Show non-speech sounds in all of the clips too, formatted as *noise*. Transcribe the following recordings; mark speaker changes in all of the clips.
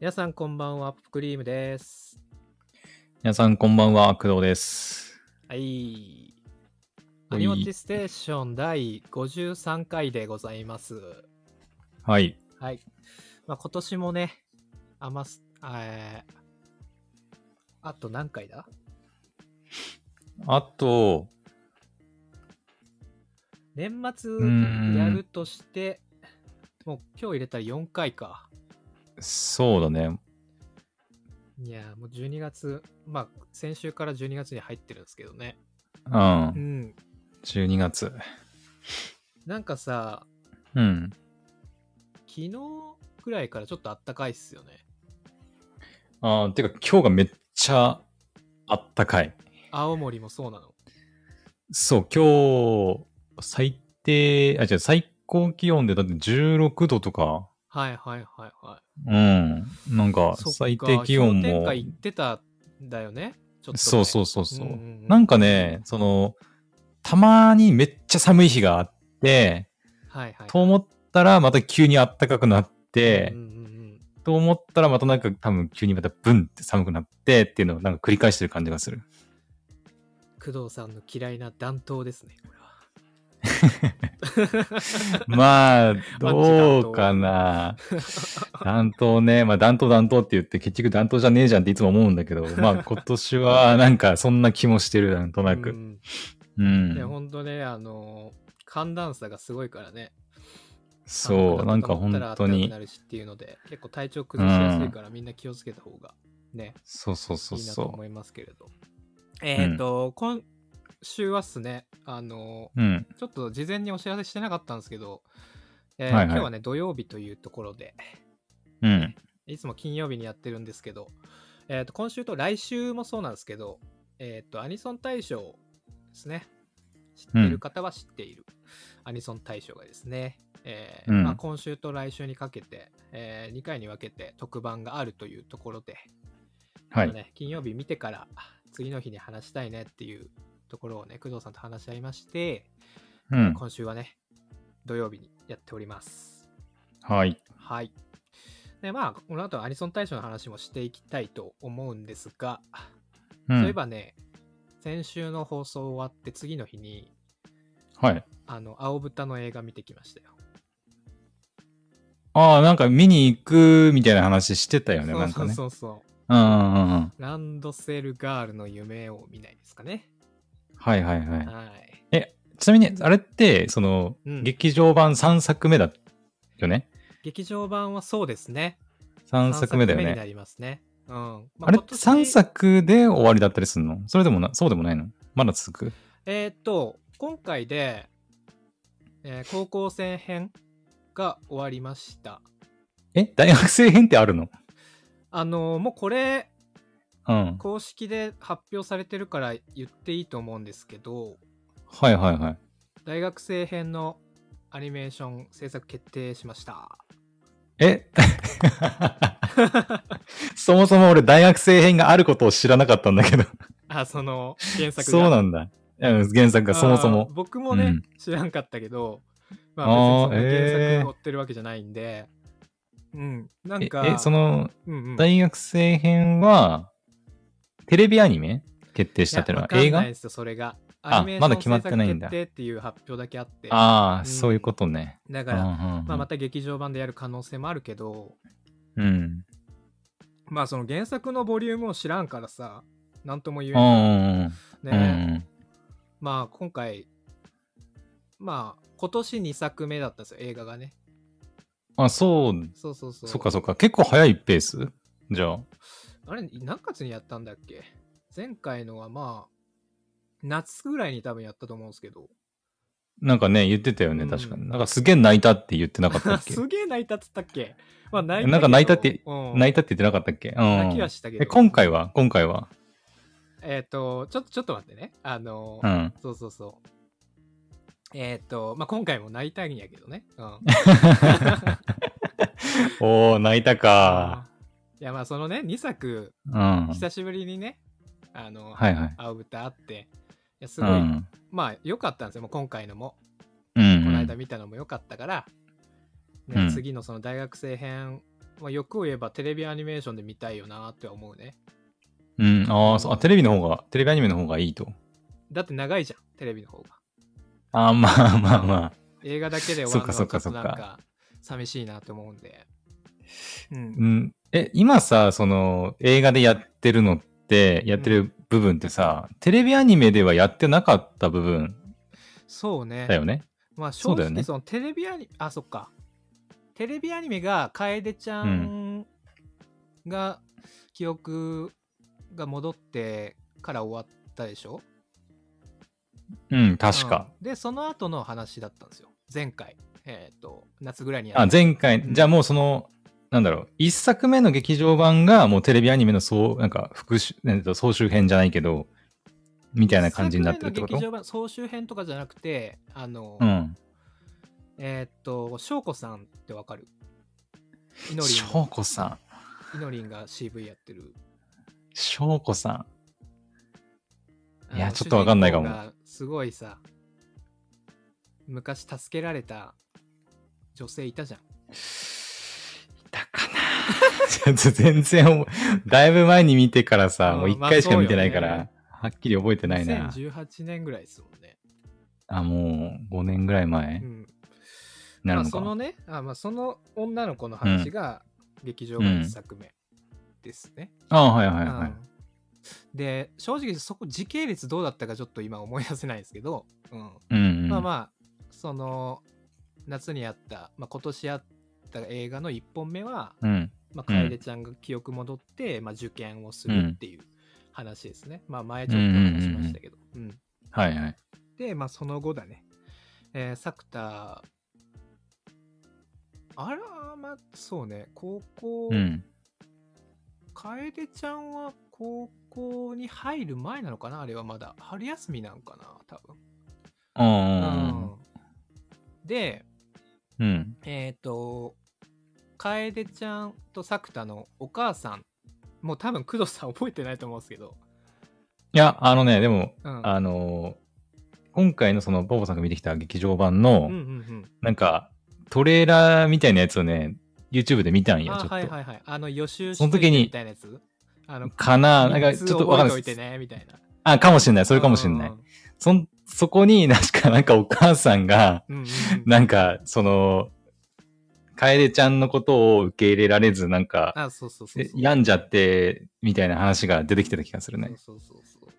Speaker 1: 皆さんこんばんは、ポップクリームです。
Speaker 2: 皆さんこんばんは、工藤です。
Speaker 1: はい。
Speaker 2: はい
Speaker 1: アニマティステーション第53回でございます。
Speaker 2: はい。
Speaker 1: はい。まあ、今年もね、あます、えー、あと何回だ
Speaker 2: あと、
Speaker 1: 年末
Speaker 2: ん
Speaker 1: やるとして、もう今日入れたら4回か。
Speaker 2: そうだね。
Speaker 1: いやー、もう12月、まあ、先週から12月に入ってるんですけどね。
Speaker 2: う。
Speaker 1: うんん。
Speaker 2: 12月。
Speaker 1: なんかさ、
Speaker 2: うん。
Speaker 1: 昨日くらいからちょっとあったかいっすよね。
Speaker 2: あーてか今日がめっちゃあったかい。
Speaker 1: 青森もそうなの。
Speaker 2: そう、今日、最低、あ、違う、最高気温でだって16度とか。
Speaker 1: はいはいはいはい。
Speaker 2: うん。なんか、
Speaker 1: そっか
Speaker 2: 最低気温
Speaker 1: 氷点
Speaker 2: も
Speaker 1: 下。行ってたんだよね。ちょっとね
Speaker 2: そうそうそうそう。
Speaker 1: うんうんうん
Speaker 2: なんかね、その、たまにめっちゃ寒い日があって、
Speaker 1: はいはい。
Speaker 2: と思ったらまた急にあったかくなって、
Speaker 1: うんうんうん
Speaker 2: と思ったらまたなんか多分急にまたブンって寒くなってっていうのをなんか繰り返してる感じ
Speaker 1: *laughs*
Speaker 2: がする。
Speaker 1: 工藤さんの嫌いな暖冬ですね、これは。
Speaker 2: まあ、どうかな。 *laughs* 暖冬ね。まあ暖冬暖冬って言って結局暖冬じゃねえじゃんっていつも思うんだけど、まあ今年はなんかそんな気もしてる、なんとな
Speaker 1: う
Speaker 2: く。
Speaker 1: ん
Speaker 2: う
Speaker 1: いや、
Speaker 2: ん。
Speaker 1: ほんとね、あのー寒暖差がすごいからね。
Speaker 2: そう、なんか
Speaker 1: 本
Speaker 2: 本
Speaker 1: 当
Speaker 2: 当
Speaker 1: に。
Speaker 2: に
Speaker 1: な。るしっていうので、結構体調崩しやすいから、みんな気をつけた方がね、
Speaker 2: そうそうそう
Speaker 1: いいなと
Speaker 2: そ
Speaker 1: 思いますけれど。えっ、と、今週はっすね、あのー
Speaker 2: う。うん。
Speaker 1: ちょっと事前にお知らせしてなかったんですけど、えー
Speaker 2: はいはい
Speaker 1: 今日はね、土曜日というところで、
Speaker 2: うん。
Speaker 1: いつも金曜日にやってるんですけど、えー、と今週と来週もそうなんですけど、えー、とアニソン大賞ですね。知ってる方は知っている、アニソン大賞がですね、えー
Speaker 2: うん
Speaker 1: まあ、今週と来週にかけて、え2回に分けて特番があるというところで、
Speaker 2: は
Speaker 1: まあ
Speaker 2: い。
Speaker 1: ね、金曜日見てから次の日に話したいねっていうところをね、工藤さんと話し合いまして、
Speaker 2: うん。
Speaker 1: 今週はね、土曜日にやっております。
Speaker 2: はい。
Speaker 1: はい。で、まあ、この後はアニソン大賞の話もしていきたいと思うんですが、そ
Speaker 2: う
Speaker 1: ういえ
Speaker 2: ん。
Speaker 1: ばね、先週の放送終わって次の日に、
Speaker 2: はい。
Speaker 1: あの、青豚の映画見てきましたよ。
Speaker 2: ああ、なんか見に行くみたいな話してたよね、なん
Speaker 1: そ
Speaker 2: か
Speaker 1: う
Speaker 2: ね。
Speaker 1: そうそうそう。
Speaker 2: うんうんうんうん。
Speaker 1: ランドセルガールの夢を見ないですかね。
Speaker 2: はいはいはい。
Speaker 1: はい。
Speaker 2: ちなみに、あれって、その、
Speaker 1: うん
Speaker 2: 劇場版3作目だよね。
Speaker 1: 劇場版はそうですね。
Speaker 2: 3作目だよ
Speaker 1: 三作にな
Speaker 2: ね。
Speaker 1: りますね。うん。ま
Speaker 2: あれ
Speaker 1: 今年
Speaker 2: 3作で終わりだったりするのそれでもな、そうでもないのまだ続く
Speaker 1: えーっと、今回で、えー高校生編が終わりました。
Speaker 2: え大学生編ってあるの
Speaker 1: あのーもうこれ、
Speaker 2: うん。
Speaker 1: 公式で発表されてるから言っていいと思うんですけど、
Speaker 2: はいはいはい。
Speaker 1: 大学生編のアニメーション制作決定しました。
Speaker 2: え *laughs* そもそも俺大学生編があることを知らなかったんだけど。
Speaker 1: あ、その原作が。
Speaker 2: そうなんだ。うん原作がそもそ
Speaker 1: あー
Speaker 2: も。
Speaker 1: 僕もね、
Speaker 2: うん
Speaker 1: 知らんかったけど、ま
Speaker 2: あ
Speaker 1: あ
Speaker 2: ー
Speaker 1: 別にその原
Speaker 2: え
Speaker 1: 作
Speaker 2: ー
Speaker 1: を追ってるわけじゃないんで、うん、なん
Speaker 2: え
Speaker 1: か、
Speaker 2: え、その、
Speaker 1: うんうん、
Speaker 2: 大学生編は、テレビアニメ決定したっていうのは映
Speaker 1: いやわかん
Speaker 2: 画
Speaker 1: ないですよ、それが。
Speaker 2: あ
Speaker 1: アニメーション
Speaker 2: まだ決まってないんだ
Speaker 1: 制作決定っていう発表だけあって。
Speaker 2: ああ、
Speaker 1: うん
Speaker 2: そういうことね。
Speaker 1: だ
Speaker 2: う
Speaker 1: か
Speaker 2: んう
Speaker 1: ら、
Speaker 2: んうん
Speaker 1: まあ、また劇場版でやる可能性もあるけど、
Speaker 2: うん。
Speaker 1: まあその原作のボリュームを知らんからさ、なんとも言え
Speaker 2: う
Speaker 1: ない。
Speaker 2: んうんうん。う
Speaker 1: ね、
Speaker 2: ん
Speaker 1: まあ今回、まあ今年2作目だったんですよ、映画がね。
Speaker 2: うんあ、そう、
Speaker 1: そうそうそう。
Speaker 2: そっかそっか。結構早いペースじゃあ。
Speaker 1: あれ、何月にやったんだっけ前回のはまあ、夏ぐらいに多分やったと思うんですけど。
Speaker 2: なんかね、言ってたよ
Speaker 1: う
Speaker 2: ね、
Speaker 1: ん
Speaker 2: 確かに。なんかすげえ泣いたって言ってなかったっ
Speaker 1: *laughs*
Speaker 2: け
Speaker 1: すげえ泣いたっつったっけまあ泣いたけど。
Speaker 2: なんか泣いたって
Speaker 1: うん
Speaker 2: 泣いたって言ってなかったっけう
Speaker 1: 泣きは
Speaker 2: ん。
Speaker 1: したけど。
Speaker 2: え、今回は今回は
Speaker 1: えっ、と、ちょっと、ちょっと待ってね。あの
Speaker 2: う、ん。 *laughs*
Speaker 1: そうそうそう。えっ、と、まあ、今回も泣いたんやけどね。
Speaker 2: *laughs*
Speaker 1: うん。
Speaker 2: おー、泣いたか。
Speaker 1: いや、まあ、そのね、2作、
Speaker 2: うん。はい
Speaker 1: 久しぶりにね、あの、
Speaker 2: はい。
Speaker 1: 青豚あって、いや、す
Speaker 2: う
Speaker 1: ごい、
Speaker 2: ん。
Speaker 1: まあ、良かったんですよ。もう今回のも、
Speaker 2: う
Speaker 1: この
Speaker 2: ん
Speaker 1: 間見たのも良かったから、
Speaker 2: う
Speaker 1: ね、
Speaker 2: ん
Speaker 1: 次のその大学生編まあ、欲を言えばテレビアニメーションで見たいよなって思うね。
Speaker 2: うん。ああ、そう、あ、テレビの方が、テレビアニメの方がいいと。
Speaker 1: だって長いじゃん、テレビの方が。
Speaker 2: ああ、まあまあまあ。
Speaker 1: 映画だけで終
Speaker 2: そっ
Speaker 1: わる
Speaker 2: か
Speaker 1: のはちょっ
Speaker 2: そ
Speaker 1: とな
Speaker 2: っかそっ
Speaker 1: ん
Speaker 2: か
Speaker 1: か寂しいなって思うんで。うん
Speaker 2: う。ん。え、今さ、その、映画でやってるのって、やって
Speaker 1: う
Speaker 2: る部分ってさ、テレビアニメではやってなかった部分
Speaker 1: そうね。
Speaker 2: だよね。
Speaker 1: まあ
Speaker 2: そ
Speaker 1: 正
Speaker 2: うだよ
Speaker 1: 直
Speaker 2: ね
Speaker 1: そのテレビアニメ、あ、そっか。テレビアニメが楓ちゃんが記憶が戻ってから終わったでしょ
Speaker 2: うん、確か。、
Speaker 1: うんで、その後の話だったんですよ。前回。えっ、と、夏ぐらいにや
Speaker 2: あ、
Speaker 1: った
Speaker 2: 前回、
Speaker 1: うん
Speaker 2: じゃあもうその、なんだろう、一作目の劇場版がもうテレビアニメの総、なんか、復習、なんだろう総集編じゃないけど、みたいな感じになってるってこ
Speaker 1: 昨年
Speaker 2: と
Speaker 1: の劇場版総集編とかじゃなくて、あの、
Speaker 2: うん。
Speaker 1: えーっと、翔子さんってわかるいのり
Speaker 2: しょうこさん。
Speaker 1: ん、いのりんが CV やってる。
Speaker 2: しょうこさん。いや
Speaker 1: あの
Speaker 2: ちょっとわかんないかも。
Speaker 1: 主人公がすごいさ、昔助けられた女性いたじゃん。
Speaker 2: いたかなちょっと全然思う、だいぶ前に見てからさ、
Speaker 1: うん
Speaker 2: もう一回しか見てないか
Speaker 1: まあそう
Speaker 2: ら
Speaker 1: よ、
Speaker 2: はっきり覚えてないな。
Speaker 1: 2018年ぐらいですもんね。
Speaker 2: あ、もう5年ぐらい前
Speaker 1: う
Speaker 2: に
Speaker 1: ん。ま
Speaker 2: なる
Speaker 1: あ、
Speaker 2: のか。
Speaker 1: そのね、あまあ、その女の子の話が劇場版1作目ですね。
Speaker 2: あはいはいは
Speaker 1: う
Speaker 2: い
Speaker 1: ん。で、正直そこ時系列どうだったかちょっと今思い出せないんですけど、うん。
Speaker 2: うんうん。
Speaker 1: まあまあその夏にあった、まあ、今年あった映画の1本目は、
Speaker 2: うん。
Speaker 1: まあ、
Speaker 2: うん
Speaker 1: 楓ちゃんが記憶戻って、まあ、受験をするっていう話ですね、まあ前ちょっ
Speaker 2: うん
Speaker 1: と
Speaker 2: うんうんうん
Speaker 1: 話しましたけど、うん
Speaker 2: はいはい。
Speaker 1: で、まあ、その後だね、えー、作田あらまあそうね高校、
Speaker 2: うん。
Speaker 1: 楓ちゃんは高校に入る前なのかなあれはまだ春休みなんかな多分
Speaker 2: うん。
Speaker 1: うん、で
Speaker 2: うん。
Speaker 1: えっ、と、楓ちゃんと作田のお母さん、もう多分工藤さん覚えてないと思うんですけど、
Speaker 2: いや、あのね、でも、
Speaker 1: うん、
Speaker 2: あのー今回のその、ボボさんが見てきた劇場版
Speaker 1: う
Speaker 2: の
Speaker 1: ん、うん
Speaker 2: なんか、トレーラーみたいなやつをね、YouTube で見たん
Speaker 1: うん。
Speaker 2: よ、ちょ
Speaker 1: あ、
Speaker 2: っと。
Speaker 1: はいはいはい。あの予習し
Speaker 2: その
Speaker 1: といて
Speaker 2: 時に
Speaker 1: みたいなやつ。あの、
Speaker 2: かななんか、
Speaker 1: 三つ
Speaker 2: ちょっとわかんない
Speaker 1: 覚え
Speaker 2: で
Speaker 1: ておいて。
Speaker 2: す
Speaker 1: ね、みたいな。
Speaker 2: あ、かもしれない。それかもしれない。そん、そこに、 *laughs* なんか、なんかお母さんが、
Speaker 1: うんうんうん。
Speaker 2: なんか、その、楓ちゃんのことを受け入れられず、なんか、
Speaker 1: あ、そうそうそうそう。
Speaker 2: え病んじゃって、みたいな話が出てきてた気がするね。
Speaker 1: そうそうそうそう。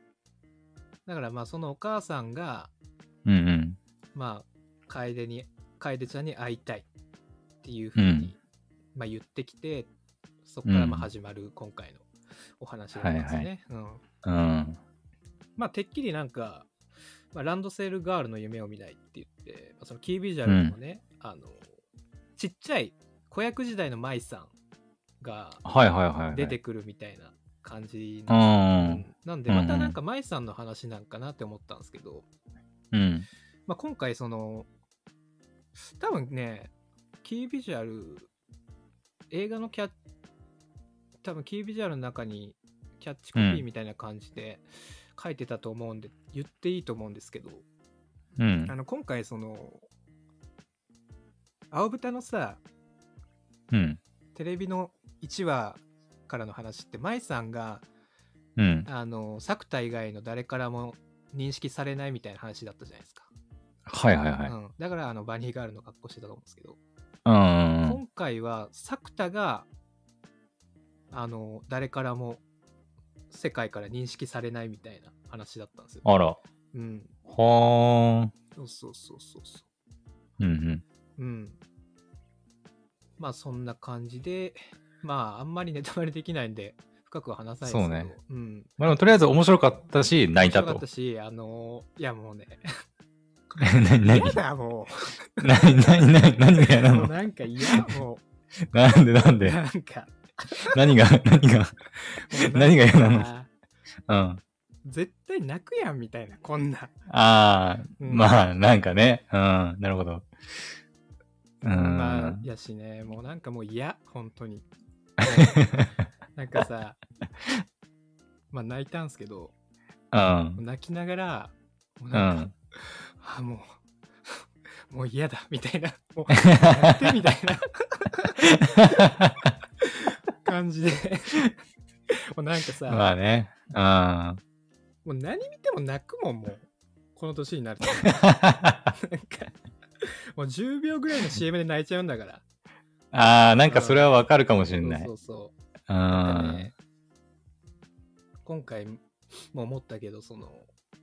Speaker 1: だからまあ、そのお母さんが、
Speaker 2: うんうん。
Speaker 1: まあ、楓に、楓ちゃんに会いたいっていうふうに、
Speaker 2: うん
Speaker 1: まあ、言ってきて、そこからまあ
Speaker 2: うん
Speaker 1: 始まる今回のお話なんですね。うん
Speaker 2: うん。
Speaker 1: まあ、てっきりなんか、まあ、ランドセルガールの夢を見ないって言って、まあ、そのキービジュアルのね、あの、ちっちゃい子役時代の舞さんが
Speaker 2: はいはいはいはい。
Speaker 1: 出てくるみたいな感じ
Speaker 2: う
Speaker 1: なんですようん
Speaker 2: ん。
Speaker 1: なんで、またなんか舞さんの話なんかなって思ったんですけど、
Speaker 2: うん。
Speaker 1: まあ、今回その多分ねキービジュアル映画のキャッ多分キービジュアルの中にキャッチコピ
Speaker 2: う
Speaker 1: ー
Speaker 2: ん
Speaker 1: みたいな感じで書いてたと思うんで、言っていいと思うんですけど
Speaker 2: うん
Speaker 1: あ。の今回その青豚のさ
Speaker 2: うん。
Speaker 1: テレビの1話からの話って舞さんが
Speaker 2: うん。
Speaker 1: あの作田以外の誰からも認識されないみたいな話だったじゃないですか、
Speaker 2: はいはいはい。
Speaker 1: うん、だからあのバニーガールの格好してたと思うんですけど
Speaker 2: うんうん
Speaker 1: 今回は作田があの誰からも世界から認識されないみたいな話だったんですよ。
Speaker 2: うん。あら。は
Speaker 1: うん。
Speaker 2: ー
Speaker 1: そうそうそうそうそ
Speaker 2: うんうん。
Speaker 1: う。うん。まあそんな感じで、まああんまりネタバレできないんで深くは話さないですけど。
Speaker 2: そうね。
Speaker 1: うん。
Speaker 2: まあでもとりあえず面白かったし、泣いた
Speaker 1: 面白かった。
Speaker 2: と
Speaker 1: し、あのいやもうね、
Speaker 2: 何何
Speaker 1: *laughs* 嫌だも
Speaker 2: *laughs* 何何何何が嫌
Speaker 1: う。
Speaker 2: な
Speaker 1: もう
Speaker 2: の
Speaker 1: なんか嫌も
Speaker 2: なんでなん
Speaker 1: う。
Speaker 2: で
Speaker 1: なんか。
Speaker 2: *laughs* 何が何が
Speaker 1: もう
Speaker 2: 何が嫌なの
Speaker 1: の
Speaker 2: うん。
Speaker 1: 絶対泣くやんみたいな、こんな。
Speaker 2: ああ、
Speaker 1: うん
Speaker 2: まあ、なんかね。うん、なるほど。うん。
Speaker 1: まあ、やしね、もうなんかもう嫌、本当に。
Speaker 2: *laughs*
Speaker 1: もうなんかさ、まあ泣いたんすけど、
Speaker 2: *laughs* うん。
Speaker 1: 泣きながら、もう
Speaker 2: う
Speaker 1: なんか、
Speaker 2: ん。
Speaker 1: あ、も *laughs*
Speaker 2: *laughs*
Speaker 1: う、もう嫌だ、みたいな、もう、やってみたいな、感じでもうなんかさ、
Speaker 2: まあね。うん。 *laughs*
Speaker 1: もう何見ても泣くもんもうこの年になるとなんかもう10秒ぐらいの CM で泣いちゃうんだから
Speaker 2: ああ、なんかそれはわかるかもしれない。。
Speaker 1: そううそうそうんなんかね今回も思ったけどその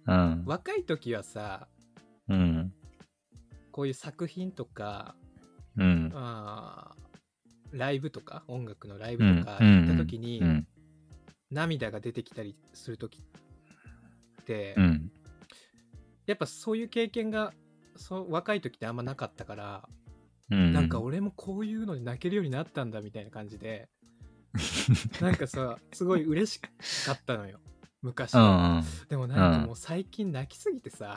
Speaker 2: うん。
Speaker 1: 若い時はさ
Speaker 2: うん。
Speaker 1: こういう作品とか
Speaker 2: うん。
Speaker 1: あーライブとか音楽のライ
Speaker 2: う
Speaker 1: ブ
Speaker 2: ん
Speaker 1: とか行った時に、
Speaker 2: うん。
Speaker 1: 涙が出てきたりする時って、
Speaker 2: うん。
Speaker 1: やっぱそういう経験がそう若い時ってあんまなかったから、
Speaker 2: うん。
Speaker 1: なんか俺もこういうので泣けるようになったんだみたいな感じ
Speaker 2: *laughs*
Speaker 1: でなんかさすごい嬉しかったのよ昔
Speaker 2: う
Speaker 1: は、
Speaker 2: んうん。
Speaker 1: でもなん
Speaker 2: う
Speaker 1: か
Speaker 2: ん
Speaker 1: もう最近泣きすぎて
Speaker 2: *laughs*
Speaker 1: さ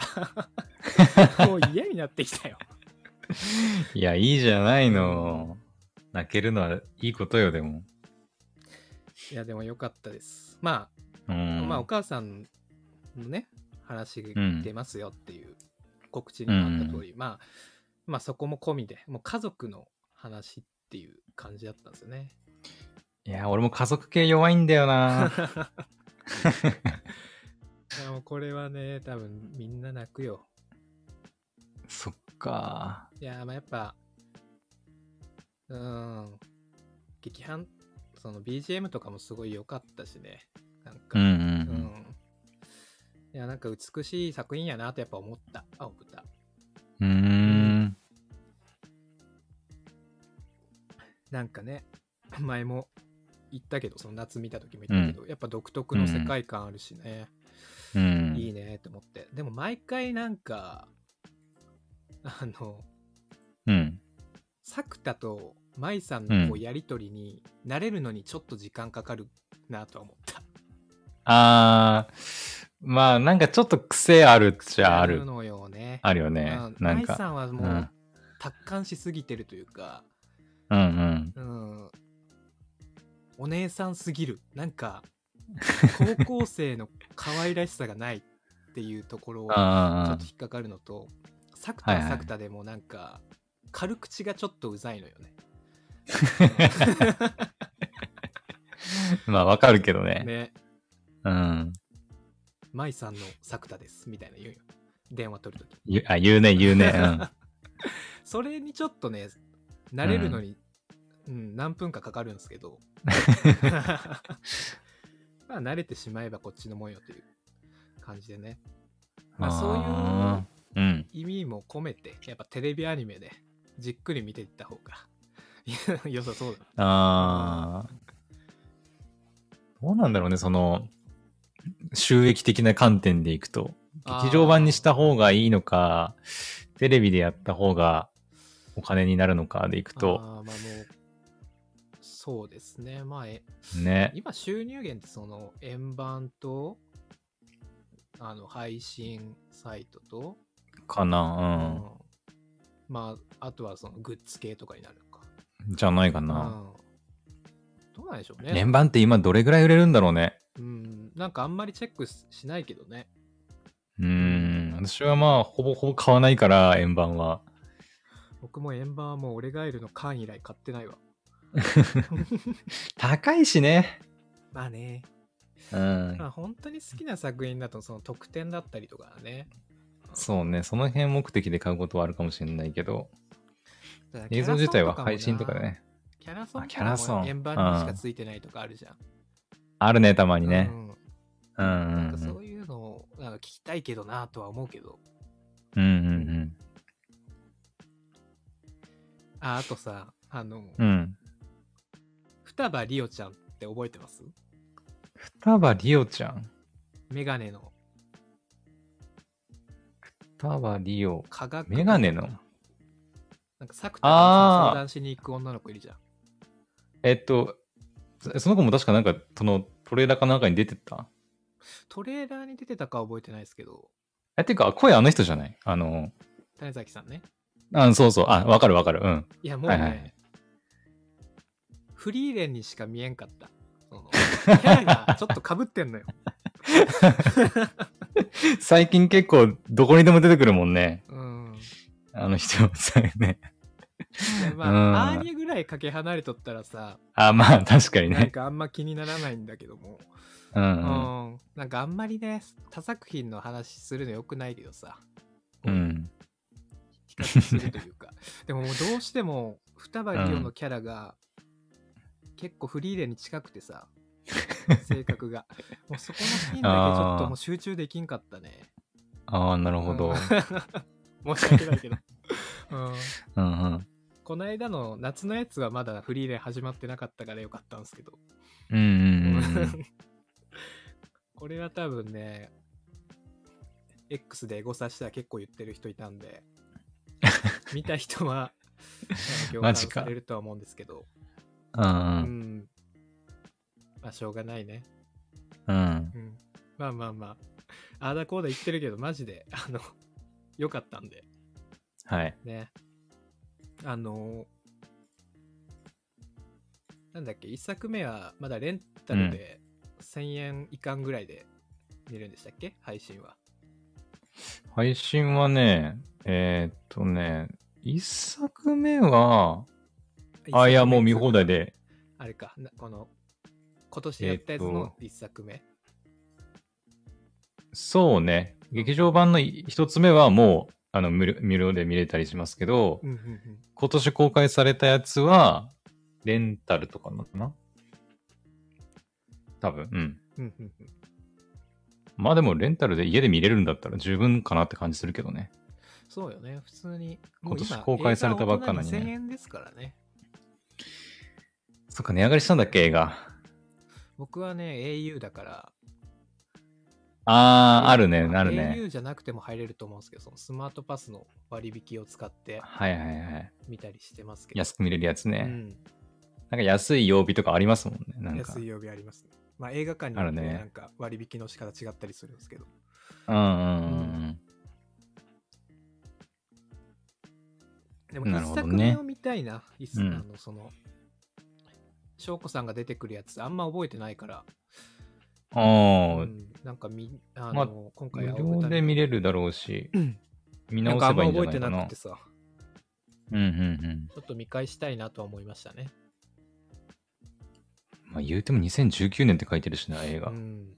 Speaker 1: もう嫌になってきたよ
Speaker 2: いや、いいじゃないの。泣けるのはいいことよ、でも。
Speaker 1: いやでもよかったですま
Speaker 2: う
Speaker 1: あ、
Speaker 2: ん。
Speaker 1: まあお母さんのね話
Speaker 2: うん
Speaker 1: 出ますよっていう告知にもあった通り、まあまあそこも込みでもう家族の話っていう感じだったんですよね
Speaker 2: いや、俺も家族系弱いんだよな。
Speaker 1: *laughs* いやもうこれはね多分みんな泣くよ
Speaker 2: *laughs* そっか。
Speaker 1: いやまあやっぱうーん劇伴その BGM とかもすごい良かったしねなん
Speaker 2: う
Speaker 1: か
Speaker 2: んう
Speaker 1: うんいやなんか美しい作品やなとやっぱ思った青豚
Speaker 2: うん。うーん。
Speaker 1: なんかね *laughs* 前も言ったけどその夏見た時も言ったけど、やっぱ独特の世界観あるしね、
Speaker 2: う
Speaker 1: い
Speaker 2: ん。
Speaker 1: いねと思ってでも毎回なんかあの
Speaker 2: うん。
Speaker 1: 作田と舞さんのこうやりとりに慣れるのにちょっと時間かかるなとは思った。
Speaker 2: あー、まあ、なんかちょっと癖あるっちゃあ
Speaker 1: な
Speaker 2: る。
Speaker 1: のよね。
Speaker 2: あるよね
Speaker 1: うん。
Speaker 2: なん
Speaker 1: 舞
Speaker 2: か。
Speaker 1: さんは
Speaker 2: う
Speaker 1: も
Speaker 2: ん
Speaker 1: う達観しすぎてるというか、
Speaker 2: うんうん。
Speaker 1: うん、お姉さんすぎる。なんか高校生の可愛らしさがないっていうところをちょっ
Speaker 2: あ
Speaker 1: と引っかかるのと、作田
Speaker 2: はい
Speaker 1: は
Speaker 2: は
Speaker 1: い作田でもなんか軽口がちょっとうざいのよね。
Speaker 2: あ、まあわかるけどね。
Speaker 1: ね。
Speaker 2: うん。
Speaker 1: 舞さんの作田ですみたいな言うよ電話取るとき
Speaker 2: ゆあ言うね、言うね。 *laughs* うん、
Speaker 1: それにちょっとね慣れるのに、うん何分かかかるんですけど *laughs* まあ慣れてしまえばこっちのもんよという感じでね、まあ、
Speaker 2: そういう。うん。
Speaker 1: そういう意味も込めてやっぱテレビアニメでじっくり見ていった方が *laughs* 良さそうだ
Speaker 2: ああ。どうなんだろうね、その、収益的な観点でいくと。
Speaker 1: あー
Speaker 2: 劇場版にした方がいいのか、テレビでやった方がお金になるのかでいく
Speaker 1: あ
Speaker 2: と、
Speaker 1: ーまあもうそうですねまあえ
Speaker 2: ね。
Speaker 1: 今収入源ってその円盤とあの配信サイトと、
Speaker 2: か
Speaker 1: う
Speaker 2: な、
Speaker 1: まああとはそのグッズ系とかになるのか、
Speaker 2: うん。じゃないか
Speaker 1: う
Speaker 2: な。
Speaker 1: ん、どうなんでしょうね
Speaker 2: 連番って今どれぐらい売れるんだろうね。
Speaker 1: うんなんかあんまりチェックししないけどね
Speaker 2: うーん。私はまあ、ほぼほぼ買わないから、円盤は。
Speaker 1: 僕も円盤はもう俺がいるの缶以来買ってないわ
Speaker 2: 高いしね。
Speaker 1: まあね、
Speaker 2: うん
Speaker 1: ま。あ本当に好きな作品だとその特典だったりとかね
Speaker 2: そうね。その辺目的で買うことはあるかもしれないけど、
Speaker 1: ただキャ
Speaker 2: 映
Speaker 1: ラソ
Speaker 2: 像
Speaker 1: ン
Speaker 2: 自体は
Speaker 1: もな
Speaker 2: 配信とかでね。
Speaker 1: キャラソン
Speaker 2: あキャラ
Speaker 1: と
Speaker 2: ソ
Speaker 1: か
Speaker 2: ン
Speaker 1: も円盤にしかついてないとかあるじゃん、
Speaker 2: あるね、たまにね
Speaker 1: う。ん
Speaker 2: うん。う
Speaker 1: なん
Speaker 2: ん
Speaker 1: かそういうのをなんか聞きたいけどなとは思うけど。
Speaker 2: うんうん
Speaker 1: あ、あとさ、あの、
Speaker 2: うん。うん。
Speaker 1: 双葉リオちゃんって覚えてます
Speaker 2: 双葉リオちゃん。
Speaker 1: メガネの
Speaker 2: 双葉リオ。
Speaker 1: 科学。
Speaker 2: メガネの
Speaker 1: なんか作田
Speaker 2: あー
Speaker 1: が相談しに行く女の子いるじゃん。
Speaker 2: えっと、そその子も確かなんか、そのトレーラーかなんかに出てった。
Speaker 1: トレーラーに出てたかは覚えてないですけど、
Speaker 2: え、てか、声あの人じゃないあの、
Speaker 1: 種崎さんね。
Speaker 2: あそうそう。あ、わかるわかる。うん。
Speaker 1: いや、もうね、
Speaker 2: はいはい
Speaker 1: フリーレンにしか見えんかった。そ
Speaker 2: *laughs*
Speaker 1: のキャラがちょっとかぶってんのよ。
Speaker 2: 最近結構、どこにでも出てくるもんね。
Speaker 1: うん。
Speaker 2: あの人、そうね。
Speaker 1: でまあ、
Speaker 2: うん
Speaker 1: アーニャぐらいかけ離れとったらさ、
Speaker 2: あ、まあ、確かに
Speaker 1: なん
Speaker 2: ね。
Speaker 1: かあんま気にならないんだけども、
Speaker 2: う。
Speaker 1: うんん、なんかあんまりね、他作品の話するのよくないけどさ、
Speaker 2: う、ん。
Speaker 1: 比較するというか、 *laughs* でももうどうしても、双葉リオのキャラが、結構フリーレンに近くてさ、性格が。もうそこのシーンだけちょっともう集中できんかったね。
Speaker 2: ああ、なるほど。
Speaker 1: うん申し訳ないけど。 *laughs* うん
Speaker 2: うんうん。
Speaker 1: この間の夏のやつはまだフリーレン始まってなかったからよかったんですけど。
Speaker 2: うんうんうんうん。
Speaker 1: これは多分ね、X で誤差したら結構言ってる人いたん *laughs* で、見た人は、あの共
Speaker 2: マ
Speaker 1: 感
Speaker 2: ジか
Speaker 1: されるとは思うんですけど、
Speaker 2: う
Speaker 1: う
Speaker 2: んう
Speaker 1: んん。まあ、しょうがないね。
Speaker 2: うん。
Speaker 1: うん。まあまあまあ、あーだこうだ言ってるけど、マジで、あの、よかったんで、
Speaker 2: はい。
Speaker 1: ね。あのなんだっけ、1作目はまだレンタルで1000円いかんぐらいで見るんでしたっけ配信は。
Speaker 2: 配信はね、えーっとね、一作目は、あ、いや、もう見放題。で、
Speaker 1: あれか、なこの、今年やったやつの1作目。
Speaker 2: そうね、劇場版のい一つ目はもう、あの、無料無料で見れたりしますけど、
Speaker 1: うんうんうん。
Speaker 2: 今年公開されたやつは、レンタルとかなのかな多分、うん。
Speaker 1: うんうんうん
Speaker 2: まあでも、レンタルで家で見れるんだったら十分かなって感じするけどね。
Speaker 1: そうよね、普通に。
Speaker 2: 今年公開されたばっかなのにね
Speaker 1: 1000円ですからね。
Speaker 2: そっか、値上がりしたんだっけ、映画。
Speaker 1: 僕はね、au だから。
Speaker 2: あー、あるね、
Speaker 1: ま
Speaker 2: なるね。
Speaker 1: au じゃなくても入れると思うんですけど、そのスマートパスの割引を使って
Speaker 2: はいはいはい。
Speaker 1: 見たりしてますけど。
Speaker 2: 安く見れるやつ
Speaker 1: う
Speaker 2: ね。
Speaker 1: ん、
Speaker 2: なんか安い曜日とかありますもんね。なんか。
Speaker 1: 安い曜日ありますね。まあ映画館によって
Speaker 2: ある
Speaker 1: ね
Speaker 2: ね
Speaker 1: なんか割引の仕方違ったりするんですけど。
Speaker 2: うんうんうん
Speaker 1: でも
Speaker 2: なる
Speaker 1: 一
Speaker 2: ほど
Speaker 1: 作
Speaker 2: ね
Speaker 1: 目を見たいな。一作
Speaker 2: うん
Speaker 1: あのその、翔子さんが出てくるやつ、あんま覚えてないから、
Speaker 2: うん。お
Speaker 1: う
Speaker 2: ー、
Speaker 1: んなんかみ、あの、
Speaker 2: まあ
Speaker 1: 今回
Speaker 2: 無
Speaker 1: 青
Speaker 2: 料
Speaker 1: 豚
Speaker 2: で見れるだろうし、見
Speaker 1: なん
Speaker 2: 直
Speaker 1: かあ
Speaker 2: せ
Speaker 1: ん
Speaker 2: ば
Speaker 1: ま
Speaker 2: いいんじゃ
Speaker 1: 覚え
Speaker 2: ない
Speaker 1: て
Speaker 2: か
Speaker 1: な
Speaker 2: な
Speaker 1: くて。さ、
Speaker 2: うんうんうん。
Speaker 1: ちょっと見返したいなとは思いましたね。
Speaker 2: まあ言うても2019年って書いてるしな、映画。
Speaker 1: うん。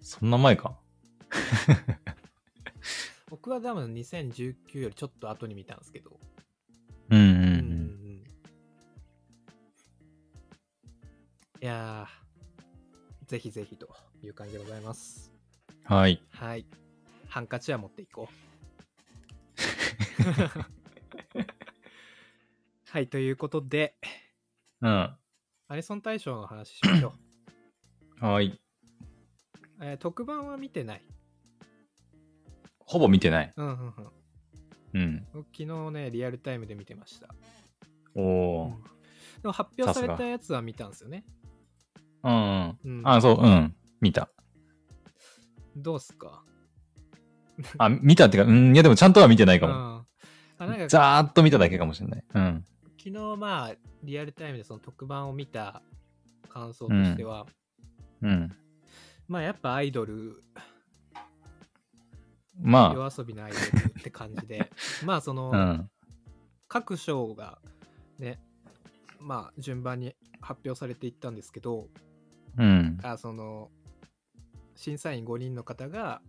Speaker 2: そんな前か。
Speaker 1: 僕は多分2019よりちょっと後に見たんですけど。
Speaker 2: うんうん
Speaker 1: うん
Speaker 2: う
Speaker 1: うん
Speaker 2: ん。
Speaker 1: うんいやー、ぜひぜひという感じでございます。
Speaker 2: はい。
Speaker 1: はい。ハンカチは持っていこ *laughs* う。はい、ということで、
Speaker 2: うん。
Speaker 1: アニソン大賞の話しましょう。
Speaker 2: はい。
Speaker 1: えー特番は見てない。
Speaker 2: ほぼ見てない。
Speaker 1: うんうんうん。
Speaker 2: うん。
Speaker 1: 僕昨日ね、リアルタイムで見てました。
Speaker 2: お
Speaker 1: う
Speaker 2: お
Speaker 1: ん。でも発表されたやつは見たんですよね。
Speaker 2: うんうん。
Speaker 1: うん、
Speaker 2: あ、そう、うん。見た。
Speaker 1: どうっすか
Speaker 2: あ、見たってか、うん、いやでもちゃんとは見てないか
Speaker 1: うん
Speaker 2: も。
Speaker 1: あなんか昨
Speaker 2: ざーっと見ただけかもしれない。うん。
Speaker 1: 日まあリアルタイムでその特番を見た感想としては、
Speaker 2: うん。
Speaker 1: まあやっぱアイドル
Speaker 2: ま
Speaker 1: 夜遊びのアイドルって感じでまあその、
Speaker 2: あ、うん。
Speaker 1: 各賞がねまあ順番に発表されていったんですけど
Speaker 2: うん。
Speaker 1: あその審査員5人の方が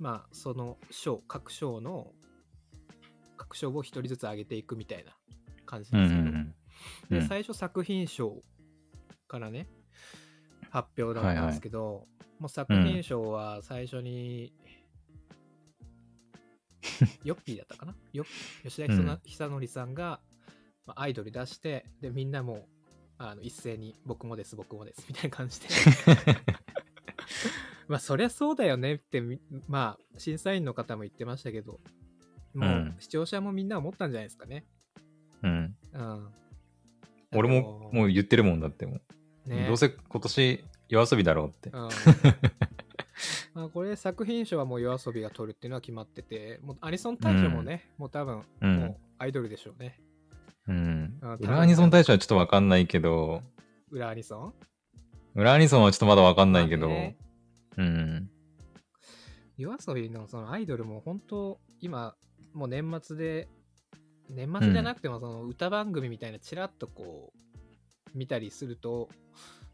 Speaker 1: まあその賞各賞の各賞を1人ずつ上げていくみたいな感じ
Speaker 2: う
Speaker 1: なん
Speaker 2: うん
Speaker 1: ですけど、
Speaker 2: うん。う
Speaker 1: で
Speaker 2: ん
Speaker 1: 最初作品賞からね発表だったんですけど、もう作品賞は最初
Speaker 2: *laughs*
Speaker 1: に、ヨッピーだったかなよ吉田
Speaker 2: うん
Speaker 1: 久典さんが、まあアイドル出してでみんなもあの一斉に僕もです僕もですみたいな感
Speaker 2: *laughs*
Speaker 1: じでまあそりゃそうだよねってみまあ審査員の方も言ってましたけどもう、
Speaker 2: うん
Speaker 1: 視聴者もみんな思ったんじゃないですかね、
Speaker 2: うん。
Speaker 1: うん、
Speaker 2: 俺も、もう言ってるもんだってもう。
Speaker 1: ね
Speaker 2: どうせ今年夜遊びだろうって
Speaker 1: う。
Speaker 2: *laughs*
Speaker 1: んまあこれ作品賞はもう夜遊びが取るっていうのは決まってて、もうアニソン大賞もね、もう多分、
Speaker 2: うん
Speaker 1: もうアイドルでしょうね。
Speaker 2: うん
Speaker 1: あ。多分
Speaker 2: 裏アニソン大賞はちょっとわかんないけど、
Speaker 1: 裏アニソン
Speaker 2: 裏アニソンはちょっとまだわかんないけど、
Speaker 1: まあね
Speaker 2: うん。
Speaker 1: 夜遊びのそのアイドルも本当、今、もう年末で年末じゃなくても、その歌番組みたいな、ちらっとこう、見たりすると、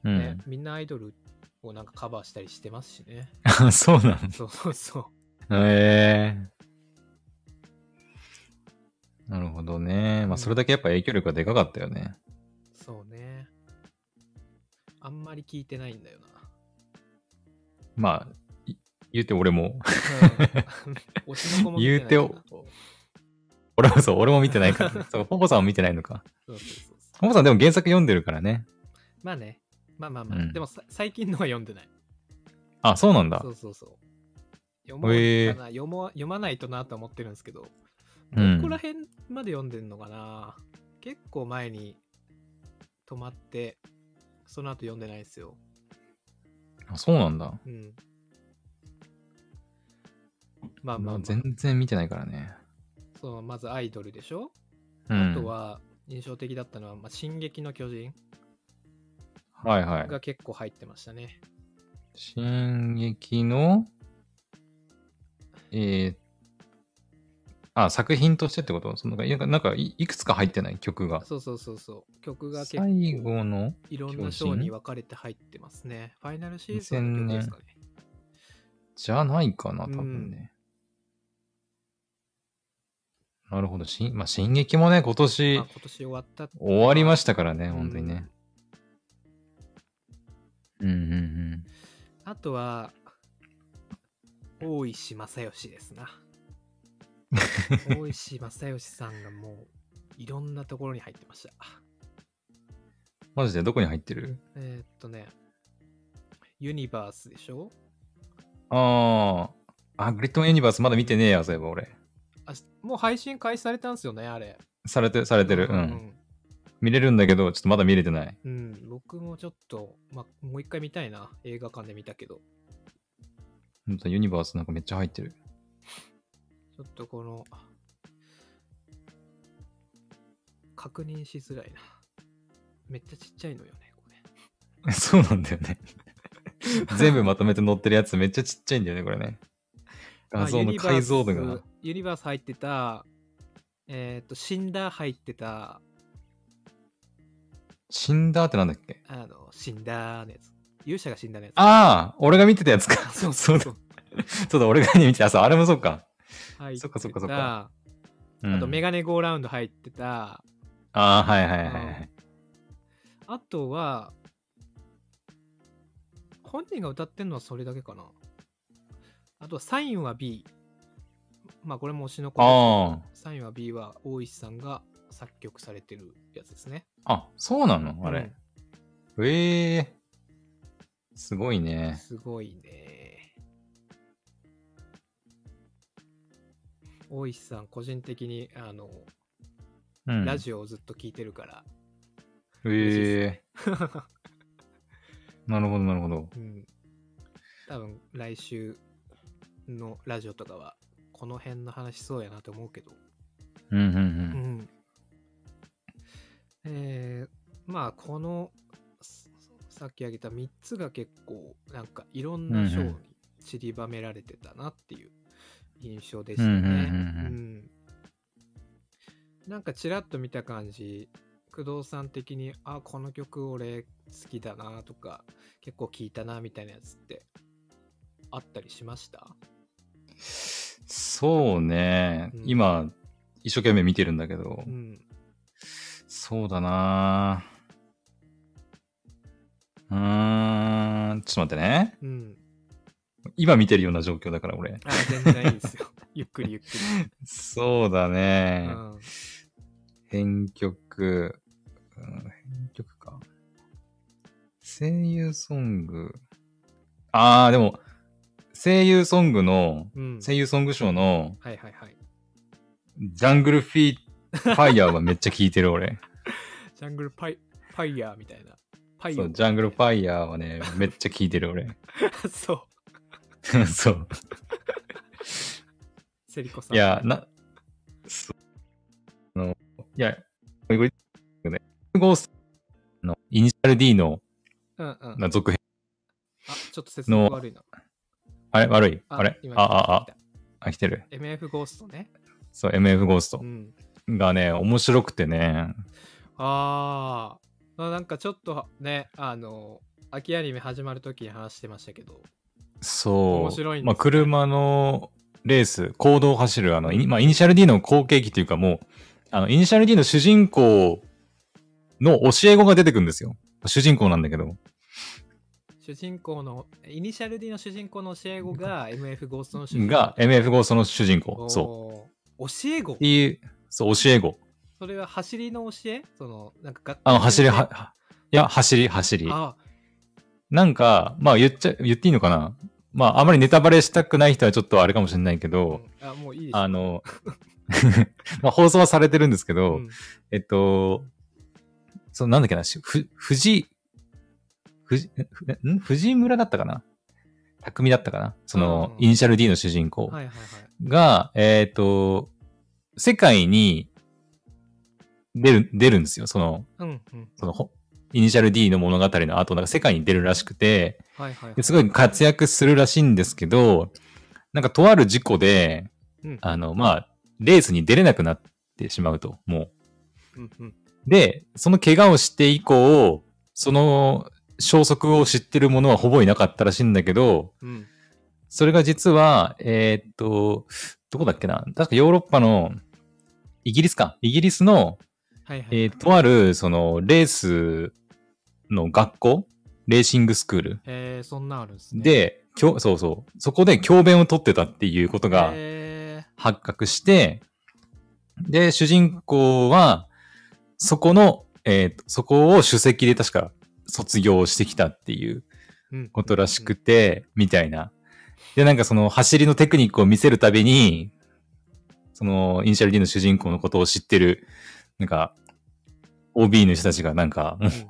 Speaker 2: うん。
Speaker 1: ね、みんなアイドルをなんかカバーしたりしてますし
Speaker 2: *laughs*
Speaker 1: ね。
Speaker 2: あ *laughs* そうな
Speaker 1: そうそうそう。 *laughs*
Speaker 2: のへえなるほどね。まあ、それだけやっぱ影響力がでかかったよね。
Speaker 1: そうね。あんまり聞いてないんだ
Speaker 2: *laughs*
Speaker 1: よな。
Speaker 2: まあ、い言うて俺も、 *laughs*
Speaker 1: うん推しの子も見てないしな
Speaker 2: 言うて俺もそう、俺も見てないか
Speaker 1: *laughs*
Speaker 2: ら、ね。そう、ポポさんも見てないのか。
Speaker 1: そうそうそうそう
Speaker 2: ポポさんでも原作読んでるからね。
Speaker 1: まあね。まあまあまあ。
Speaker 2: うん
Speaker 1: でもさ最近のは読んでない。
Speaker 2: あ、そうなんだ
Speaker 1: そ。うそうそう。読もうかな、
Speaker 2: へえ
Speaker 1: 読もう読まないとなとは思ってるんですけど、
Speaker 2: うん
Speaker 1: どこら辺まで読んでんのかな結構前に止まって、その後読んでないですよ。
Speaker 2: あそうなんだ。
Speaker 1: うん。まあま
Speaker 2: ま
Speaker 1: あ、
Speaker 2: あ、
Speaker 1: まあ、
Speaker 2: 全然見てないからね。
Speaker 1: そのまずアイドルでしょ、
Speaker 2: うん。
Speaker 1: あとは印象的だったのは、まあ、進撃の巨人
Speaker 2: はいはい。
Speaker 1: が結構入ってましたね。
Speaker 2: 進撃の、えー、あ、作品としてってことそのなんか、なんかいいくつか入ってない曲が。
Speaker 1: そうそうそうそう。曲が結構
Speaker 2: 最後の、
Speaker 1: いろんな章に分かれて入ってますね。ファイナルシーズンの曲ですかね。
Speaker 2: じゃないかな、多分ね。なるほど。しまあ、進撃もね、今
Speaker 1: ま
Speaker 2: 年
Speaker 1: あ、今年終わったって
Speaker 2: 終わりましたからね、本当にね。うんうんうん。
Speaker 1: あとは、大石正義です
Speaker 2: *laughs*
Speaker 1: な。大石正義さんがもう、いろんなところに入ってました。
Speaker 2: マジでどこに入ってる
Speaker 1: えーっとね、ユニバースでしょ
Speaker 2: ああ。あ、グリッドマンユニバースまだ見てねえや、そういえば俺。
Speaker 1: あしもう配信開始されたんですよね、あれ。
Speaker 2: されて、されてる。
Speaker 1: う
Speaker 2: うん
Speaker 1: ん
Speaker 2: 見れるんだけど、ちょっとまだ見れてない。
Speaker 1: うん、うん僕もちょっと、まあ、もう一回見たいな。映画館で見たけど。
Speaker 2: ほんとユニバースなんかめっちゃ入
Speaker 1: *laughs*
Speaker 2: ってる。
Speaker 1: ちょっとこの、確認しづらいな。めっちゃちっちゃいのよね、これ。
Speaker 2: そうなんだよね。 *laughs* 全部まとめて載ってるやつめっちゃちっちゃいんだよね、これね。画像の解像度
Speaker 1: まあユニバ
Speaker 2: が
Speaker 1: ース。ユニバース入ってた、えーっと、死んだ入ってた、
Speaker 2: 死んだってなんだっけ
Speaker 1: あの、死んだのやつ。勇者が死んだのやつ。
Speaker 2: ああ俺が見てたやつか。
Speaker 1: そう
Speaker 2: そ
Speaker 1: そうう
Speaker 2: だ。
Speaker 1: そう。
Speaker 2: そうだ、俺が見てた。あ、そう、あれもそうか。
Speaker 1: 入ってた
Speaker 2: そっかそっかそっか。うん
Speaker 1: あと、メガネゴーラウンド入ってた。
Speaker 2: ああ、はいはいはいはい。
Speaker 1: あとは、本人が歌ってんのはそれだけかな。あとは、サインは B。まあ、これも推しの子ですけど
Speaker 2: あ
Speaker 1: サインは B は大石さんが作曲されてるやつですね。
Speaker 2: あ。あ、そうなのあ
Speaker 1: う
Speaker 2: れ
Speaker 1: ん。
Speaker 2: ええ。すごいね。
Speaker 1: すごいね。大石さん、個人的にあの、
Speaker 2: うん。
Speaker 1: ラジオをずっと聞いてるから、
Speaker 2: ええ。 *laughs* なるほど、なるほど。
Speaker 1: うん。多分来週のラジオとかは、この辺の話しそうやなと思うけど。
Speaker 2: うんうんう。
Speaker 1: うんん。えー、まあ、この、ささっき挙げた3つが結構、なんかいろんな章
Speaker 2: うん
Speaker 1: に
Speaker 2: うん
Speaker 1: 散りばめられてたなっていう印象でしたね。
Speaker 2: うんうんうんう
Speaker 1: うんなんかちらっと見た感じ、工藤さん的に、あ、この曲俺好きだなとか、結構聴いたなみたいなやつって、あったりしました
Speaker 2: そうね、
Speaker 1: うん
Speaker 2: 今一生懸命見てるんだけど、
Speaker 1: うん。
Speaker 2: そうだなうーんちょっと待ってね
Speaker 1: うん。
Speaker 2: 今見てるような状況だから俺
Speaker 1: あ、全然いいです
Speaker 2: *laughs*
Speaker 1: よ。ゆっくりゆっく
Speaker 2: そうだ
Speaker 1: り。う
Speaker 2: ね、
Speaker 1: ん。
Speaker 2: 編曲、うん編曲か声優ソングあーでも声優ソングの
Speaker 1: うん、
Speaker 2: 声優ソング賞の
Speaker 1: はいはいはい。
Speaker 2: ジャングルフィーファイヤーはめっちゃ聴いてる俺
Speaker 1: ジャングルパイ、パイヤーみたいな。パイ
Speaker 2: そう、ジャングルフ
Speaker 1: イ
Speaker 2: ァイヤーはね、めっちゃ聞いてる俺。 *laughs*
Speaker 1: ヤー。 *laughs* そう。
Speaker 2: そう。
Speaker 1: セリコさん。
Speaker 2: いや、な、そう。あの、いや、これ、ね、ゴーストのイニシャル D の
Speaker 1: うんうん。あ、
Speaker 2: な続編。
Speaker 1: ちょっと説明悪いな。
Speaker 2: あれ悪いあれ
Speaker 1: 今
Speaker 2: あ、あ、
Speaker 1: 来
Speaker 2: あ、あ、来てる。
Speaker 1: た。MF ゴーストね。
Speaker 2: そう、MF ゴース
Speaker 1: う
Speaker 2: ト。
Speaker 1: ん。
Speaker 2: がね、面白くてね。
Speaker 1: あー、まあ、なんかちょっとね、あの、秋アニメ始まるときに話してましたけど、
Speaker 2: そう。
Speaker 1: 面白いんですね
Speaker 2: まあ、車のレース、行動を走る、あの、イニまあ、イニシャル D の後継機というかもう、あの、イニシャル D の主人公の教え子が出てくるんですよ。主人公なんだけど。
Speaker 1: 主人公の、イニシャル D の主人公の教え子が MF ゴーストの主人公。
Speaker 2: が、MF5 その主人公。そう。
Speaker 1: そう。教え子
Speaker 2: っていう、そう、教え子。
Speaker 1: それは走りの教えその、なんかが、
Speaker 2: あの、走りは、はいや、走り、走り。
Speaker 1: あ、
Speaker 2: なんか、まあ言っちゃ、言っていいのかなまあ、あまりネタバレしたくない人はちょっとあれかもしれないけ
Speaker 1: うん
Speaker 2: ど、
Speaker 1: あ、もういいです。
Speaker 2: あの、 *laughs* まあ放送はされてるんですけ
Speaker 1: う
Speaker 2: ど、
Speaker 1: ん
Speaker 2: えっと、そのなんだっけな、しふ、藤井、藤井、ふん藤井村だったかな匠だったかなその、
Speaker 1: うん
Speaker 2: イニシャル D の主人公
Speaker 1: はいはいはい。
Speaker 2: が、えっ、と、世界に出る、出るんですよ。その、
Speaker 1: うんうん。
Speaker 2: その、ほイニシャル D の物語の後、なんか世界に出るらしくて、
Speaker 1: はいはい、はい。
Speaker 2: ですごい活躍するらしいんですけど、なんかとある事故で、
Speaker 1: うん
Speaker 2: あの、まあ、レースに出れなくなってしまうと、もう。
Speaker 1: うんうん。
Speaker 2: で、その怪我をして以降、その消息を知ってる者はほぼいなかったらしいんだけど、
Speaker 1: うん。
Speaker 2: それが実は、えーっと、どこだっけな確かヨーロッパの、イギリスか。イギリスの、
Speaker 1: はいはい。
Speaker 2: えーとある、その、レースの学校レーシングスクール。
Speaker 1: えー、そんなんあるんですね。、
Speaker 2: で、教そうそう。そこで教鞭を取ってたっていうことが
Speaker 1: え
Speaker 2: 発覚して、で、主人公は、そこの、えーとそこを首席で確か卒業してきたっていう
Speaker 1: ーうん、
Speaker 2: ことらしくて、みたいな。で、なんかその走りのテクニックを見せるたびに、その、イニシャル D の主人公のことを知ってる、なんか、OB の人たちがなんか、
Speaker 1: う
Speaker 2: も
Speaker 1: ん
Speaker 2: う
Speaker 1: うん。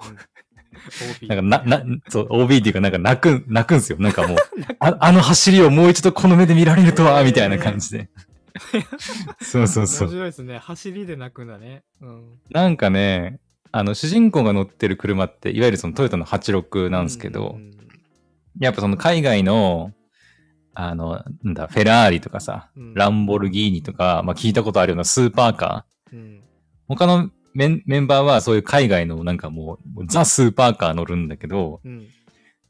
Speaker 1: OB
Speaker 2: なんかな、な、そう、OB っていうか、なんか泣く、泣くんすよ。なんかもう、ああの走りをもう一度この目で見られるとは、みたいな感じで。そうそうそ
Speaker 1: 面
Speaker 2: う。
Speaker 1: 白いですね。走りで泣くんだね。うん。
Speaker 2: なんかね、あの、主人公が乗ってる車って、いわゆるそのトヨタの86なんですけど、
Speaker 1: うんうん
Speaker 2: やっぱその海外の、あの、なんだ、フェラーリとかさ、
Speaker 1: うん
Speaker 2: ランボルギーニとか、まあ聞いたことあるようなスーパーカー。
Speaker 1: うん。
Speaker 2: 他のメンメンバーはそういう海外のなんかもう、もうザ・スーパーカー乗るんだけど、
Speaker 1: うん。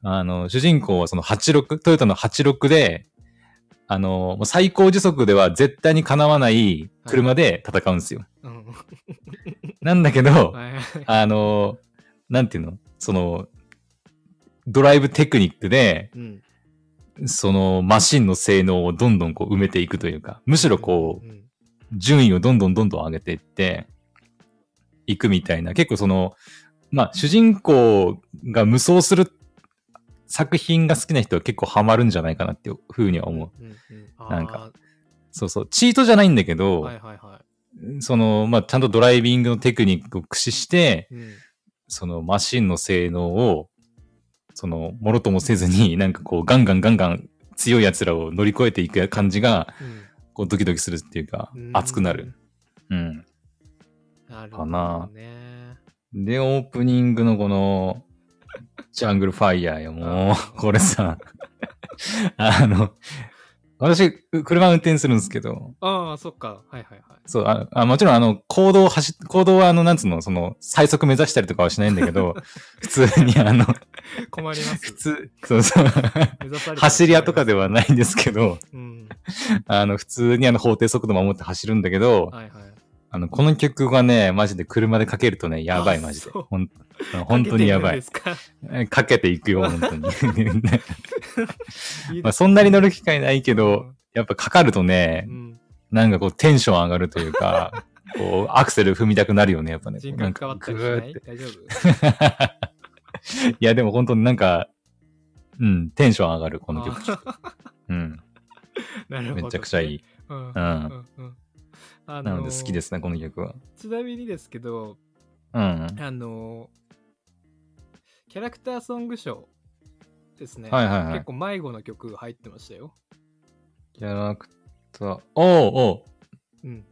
Speaker 2: あの、主人公はその86、トヨタの86で、あの、もう最高時速では絶対にかなわない車で戦うんですよ。
Speaker 1: うん。
Speaker 2: なんだけど、
Speaker 1: はいはい
Speaker 2: あの、なんていうのその、ドライブテクニックで、
Speaker 1: うん。
Speaker 2: そのマシンの性能をどんどんこう埋めていくというか、むしろこ
Speaker 1: うん。
Speaker 2: う、順位をどんどんどんどん上げていって、いくみたいな、結構その、まあ、主人公が無双する作品が好きな人は結構ハマるんじゃないかなっていうふうには思う。
Speaker 1: うんうんあー
Speaker 2: なんかそうそう。チートじゃないんだけど、
Speaker 1: はいはいは
Speaker 2: その、まあ、ちゃんとドライビングのテクニックを駆使して、
Speaker 1: い。うん。
Speaker 2: そのマシンの性能を、その、もろともせずに、なんかこう、ガンガンガンガン強い奴らを乗り越えていく感じが、
Speaker 1: うん
Speaker 2: こうドキドキするっていうか
Speaker 1: うん、
Speaker 2: 熱くなる。。うん。
Speaker 1: なる
Speaker 2: か
Speaker 1: ほど
Speaker 2: な
Speaker 1: ね。
Speaker 2: で、オープニングのこの、ジャングルファイヤーよ、も
Speaker 1: あー
Speaker 2: う、これさ、 *laughs* あの、私、車運転するんですけど、
Speaker 1: ああ、そっか。はいはいはい。
Speaker 2: そう、ああもちろん、あの、行動を走っ、行動は、あの、なんつうの、その、最速目指したりとかはしないんだけど、
Speaker 1: *laughs*
Speaker 2: 普通に、あの、
Speaker 1: 困りま
Speaker 2: 普
Speaker 1: す。
Speaker 2: 通、 *laughs* そうそう、
Speaker 1: 目指されてる
Speaker 2: 走り屋とかではないんですけど、
Speaker 1: うん。
Speaker 2: あの、普通にあの、法定速度守って走るんだけど、
Speaker 1: はいはい。
Speaker 2: あの、この曲がね、マジで車でかけるとね、やばい、
Speaker 1: あ
Speaker 2: マジで。
Speaker 1: そう
Speaker 2: ほんあの本当にやばい。
Speaker 1: かけてるんです
Speaker 2: えかけていく
Speaker 1: *laughs*
Speaker 2: よ、本当に。
Speaker 1: か。いい
Speaker 2: ま
Speaker 1: で
Speaker 2: あ、
Speaker 1: す
Speaker 2: そんなに乗る機会ないけど、、やっぱかかるとね
Speaker 1: う、ん。
Speaker 2: なんかこうテンション上がるという
Speaker 1: *laughs*
Speaker 2: か、こうアクセル踏みたくなるよね、やっぱね。
Speaker 1: 人格変わったりし
Speaker 2: なん
Speaker 1: な
Speaker 2: か
Speaker 1: い
Speaker 2: グ
Speaker 1: 大丈夫
Speaker 2: ーっていや、でも本当になんか、うん、テンション上がる、この曲。
Speaker 1: 曲。
Speaker 2: うん、
Speaker 1: *laughs* なるほどね。
Speaker 2: めちゃくちゃいい。
Speaker 1: うん。う
Speaker 2: う。
Speaker 1: んんうん。あ
Speaker 2: な
Speaker 1: の
Speaker 2: ので好きですね、この曲は。
Speaker 1: ちなみにですけど、
Speaker 2: うん。
Speaker 1: あのーキャラクターソング賞ですね。
Speaker 2: はいはいはい
Speaker 1: 結構迷子の曲入ってましたよ。
Speaker 2: キャラクター、おうお
Speaker 1: うん。
Speaker 2: う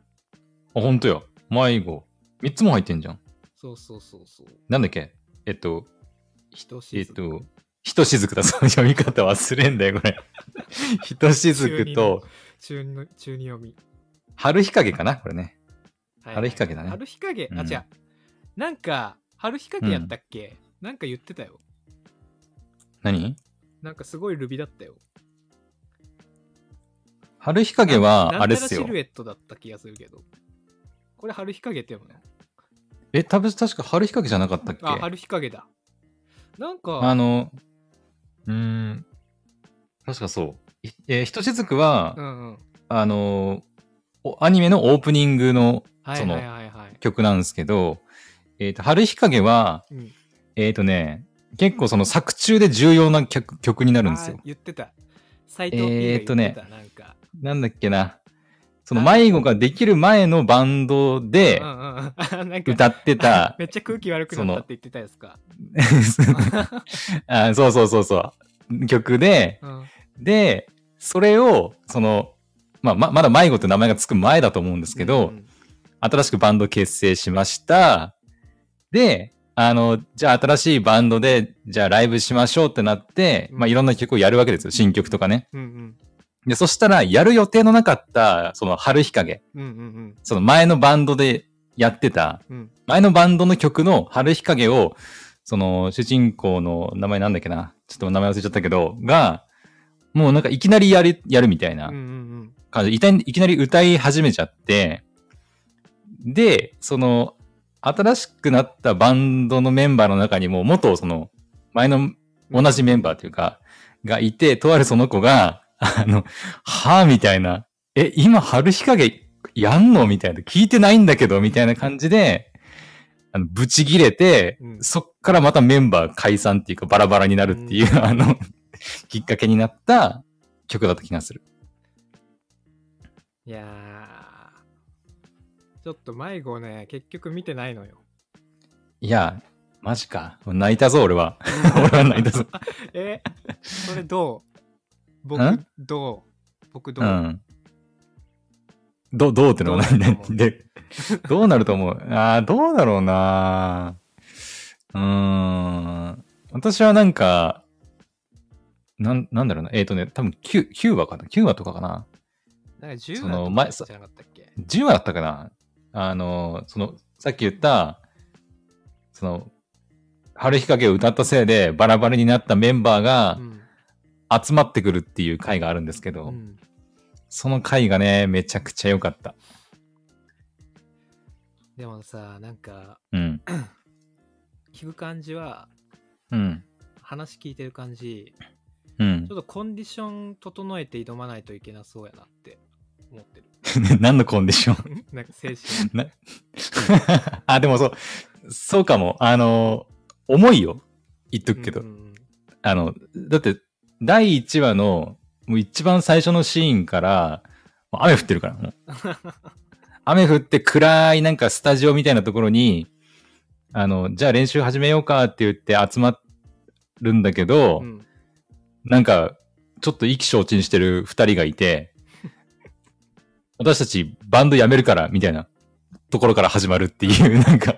Speaker 2: あ、ほんとよ。迷子。三つも入ってんじゃん。
Speaker 1: そうそうそうそう。
Speaker 2: なんだっけえっと、
Speaker 1: ひとし
Speaker 2: えっと、ひとしずくだ、その *laughs* 読み方忘れんだよ、
Speaker 1: *laughs*
Speaker 2: これ。ひとしずくと、
Speaker 1: 中二の中二読み。
Speaker 2: 春日陰かなこれね。
Speaker 1: はい
Speaker 2: 春日陰だね
Speaker 1: 春日陰、
Speaker 2: うん
Speaker 1: あ、違う。なんか、春日陰やったっけ、なんか言ってたよ。
Speaker 2: 何
Speaker 1: なんかすごいルビだったよ。
Speaker 2: 春日陰
Speaker 1: なん
Speaker 2: は、
Speaker 1: た
Speaker 2: あれ
Speaker 1: ら
Speaker 2: っすよ
Speaker 1: シ。ルエットだった気がするけど。これ春日陰って読むの
Speaker 2: え、多分確か春日陰じゃなかったっけ
Speaker 1: あ、春日陰だ。なんか、
Speaker 2: あの、うーん、確かそう。いえー、ひとしずくは、
Speaker 1: うんうん。
Speaker 2: あのおアニメのオープニングの
Speaker 1: はい
Speaker 2: その
Speaker 1: はいはいはい。
Speaker 2: 曲なんですけど、えっ、と、春日陰は、
Speaker 1: うん
Speaker 2: えっ、とね、結構その作中で重要な曲曲になるんですよ
Speaker 1: あー。言ってた。斎藤 P が言ってた、なんか。
Speaker 2: なんだっけな。その
Speaker 1: あ
Speaker 2: 迷子ができる前のバンドで
Speaker 1: うんうんうん。あなんか、
Speaker 2: 歌ってた
Speaker 1: *laughs* めっちゃ空気悪くなったって言ってたやつか。
Speaker 2: あそうそうそうそう、曲で、
Speaker 1: うん
Speaker 2: で、それを、その、まあ、ままだ迷子って名前がつく前だと思うんですけど、
Speaker 1: うん
Speaker 2: 新しくバンド結成しました。で、あの、じゃあ新しいバンドで、じゃあライブしましょうってなって、
Speaker 1: うん
Speaker 2: まあいろんな曲をやるわけですよ。新曲とかね。
Speaker 1: うんうん
Speaker 2: で、そしたら、やる予定のなかった、その春日陰、
Speaker 1: うんうんうん
Speaker 2: その前のバンドでやってた、
Speaker 1: うん
Speaker 2: 前のバンドの曲の春日陰を、その主人公の名前なんだっけな、ちょっと名前忘れちゃったけど、が、もうなんかいきなりやる、やるみたいな
Speaker 1: うんうん
Speaker 2: 感じでいたいきなり歌い始めちゃって、で、その、新しくなったバンドのメンバーの中にも、元、その、前の
Speaker 1: うん。
Speaker 2: 同じメンバーというか、がいて、とあるその子が、あの、はぁ、みたいな、え、今、春日陰やんのみたいな、聞いてないんだけど、みたいな感じで、あの、ブチ切れて、
Speaker 1: うん
Speaker 2: そっからまたメンバー解散っていうか、バラバラになるっていう、あの、きっかけになった曲だった気がする。
Speaker 1: いやー、ちょっと迷子ね、結局見てないのよ。
Speaker 2: いや、マジか。泣いたぞ、俺は。 *laughs* 俺は泣いたぞ。
Speaker 1: え、それどう僕
Speaker 2: ん、
Speaker 1: どう僕ど
Speaker 2: う
Speaker 1: う、
Speaker 2: ん。ど、どうってのは
Speaker 1: どうなると思う
Speaker 2: 何で、どうなると思うああ、どうだろうなうーん。私はなんか、なん、なんだろうな。えっ、とね、多分9、9話かな ?9 話とかかな
Speaker 1: なんか10
Speaker 2: そ
Speaker 1: 話
Speaker 2: の
Speaker 1: と
Speaker 2: 前
Speaker 1: か
Speaker 2: さ
Speaker 1: じゃなかったっけ
Speaker 2: ?10 話だったかなあの、その、さっき言った、その、春日陰を歌ったせいでバラバラになったメンバーが
Speaker 1: うん
Speaker 2: 集まってくるっていう回があるんですけ
Speaker 1: う
Speaker 2: ど、
Speaker 1: ん
Speaker 2: その回がね、めちゃくちゃ良かった。
Speaker 1: でもさ、なんか、
Speaker 2: うん。
Speaker 1: 聞く感じは、
Speaker 2: うん。
Speaker 1: 話聞いてる感じ、
Speaker 2: う
Speaker 1: *laughs*
Speaker 2: ん
Speaker 1: ちょ。っとコンディション整えて挑まないといけなそうやなって思ってる。 *laughs*
Speaker 2: 何のコンディション
Speaker 1: なんか精神。
Speaker 2: な *laughs* あ、でもそう、そうかも。あの、重いよ。言っとくけど。
Speaker 1: うんうん
Speaker 2: あの、だって、第1話の、もう一番最初のシーンから、もう雨降ってるから、
Speaker 1: *laughs*
Speaker 2: もう。雨降って暗いなんかスタジオみたいなところに、あの、じゃあ練習始めようかって言って集まるんだけど、
Speaker 1: うんうん
Speaker 2: なんか、ちょっと意気消沈してる二人がいて、私たちバンドやめるから、みたいなところから始まるっていう、なんか、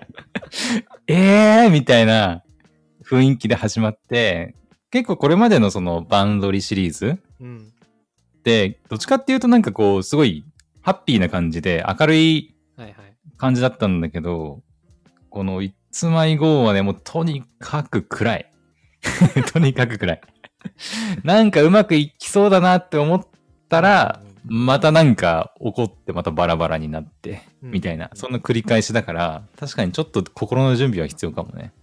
Speaker 2: えーみたいな雰囲気で始まって、結構これまでのそのバンドリシリーズ
Speaker 1: うん
Speaker 2: って、どっちかっていうとなんかこう、すごいハッピーな感じで明るい
Speaker 1: はいはい。
Speaker 2: 感じだったんだけど、このいつまい号はね、もうとにかく暗い。 *laughs* とにかく暗い。なんかうまくいきそうだなって思ったら、またなんか怒ってまたバラバラになって、
Speaker 1: うん
Speaker 2: みたいな。そんな繰り返しだから、確かにちょっと心の準備は必要かもね。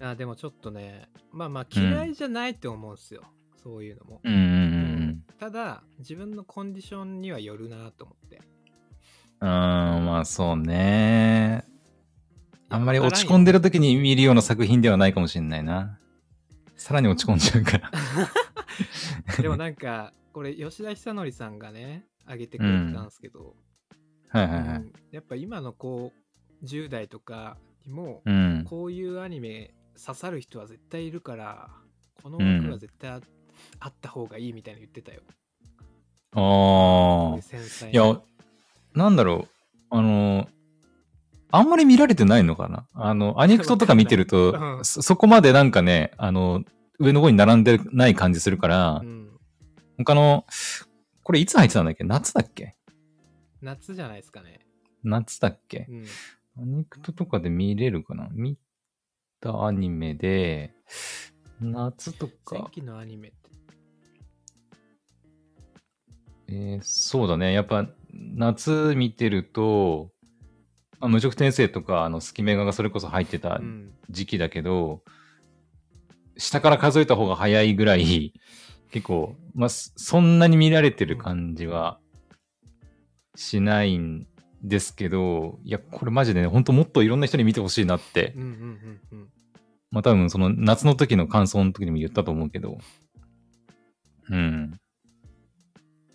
Speaker 1: あでもちょっとね、まあまあ嫌いじゃないって思うんですよ。そういうのも。
Speaker 2: うんうん
Speaker 1: ただ、自分のコンディションにはよるなと思って。
Speaker 2: うんうん。うん、まあそうね。あんまり落ち
Speaker 1: ん
Speaker 2: 込んでる時に見るような作品ではないかもしれないな。さらに落ち込んじゃうから。
Speaker 1: でもなんか、これ、吉田久典さんがね、上げてくれてたんですけど、
Speaker 2: はいはいうはい。
Speaker 1: んやっぱ今のこう、10代とかにも、
Speaker 2: うん。
Speaker 1: こういうアニメ刺さる人は絶対いるから、この枠は絶対あ,、った方がいいみたいに言ってたよ。
Speaker 2: ああ
Speaker 1: こういう。繊細ない
Speaker 2: や、なんだろう、あの、あんまり見られてないのかなあの、アニクトとか見てる
Speaker 1: わかんないう
Speaker 2: と、
Speaker 1: ん
Speaker 2: そそこまでなんかね、あの、上の方に並んでない感じするから
Speaker 1: う、ん
Speaker 2: 他のこれいつ入ってたんだっけ夏だっけ
Speaker 1: 夏じゃないですかね。
Speaker 2: 夏だっけ
Speaker 1: うん。
Speaker 2: アニクトとかで見れるかな見たアニメで、夏と
Speaker 1: 前
Speaker 2: か、
Speaker 1: 期のアニメって。
Speaker 2: えーそうだね。やっぱ夏見てると、まあ、無職転生とか、あの、スキメガがそれこそ入ってた
Speaker 1: うん。
Speaker 2: 時期だけど、下から数えた方が早いぐらい、 *laughs* 結構、まあ、そそんなに見られてる感じはしないんですけど、いや、これマジでね、ほんともっといろんな人に見てほしいなって
Speaker 1: うん、うんうんうん。
Speaker 2: まあ多分その夏の時の感想の時にも言ったと思うけど、うん。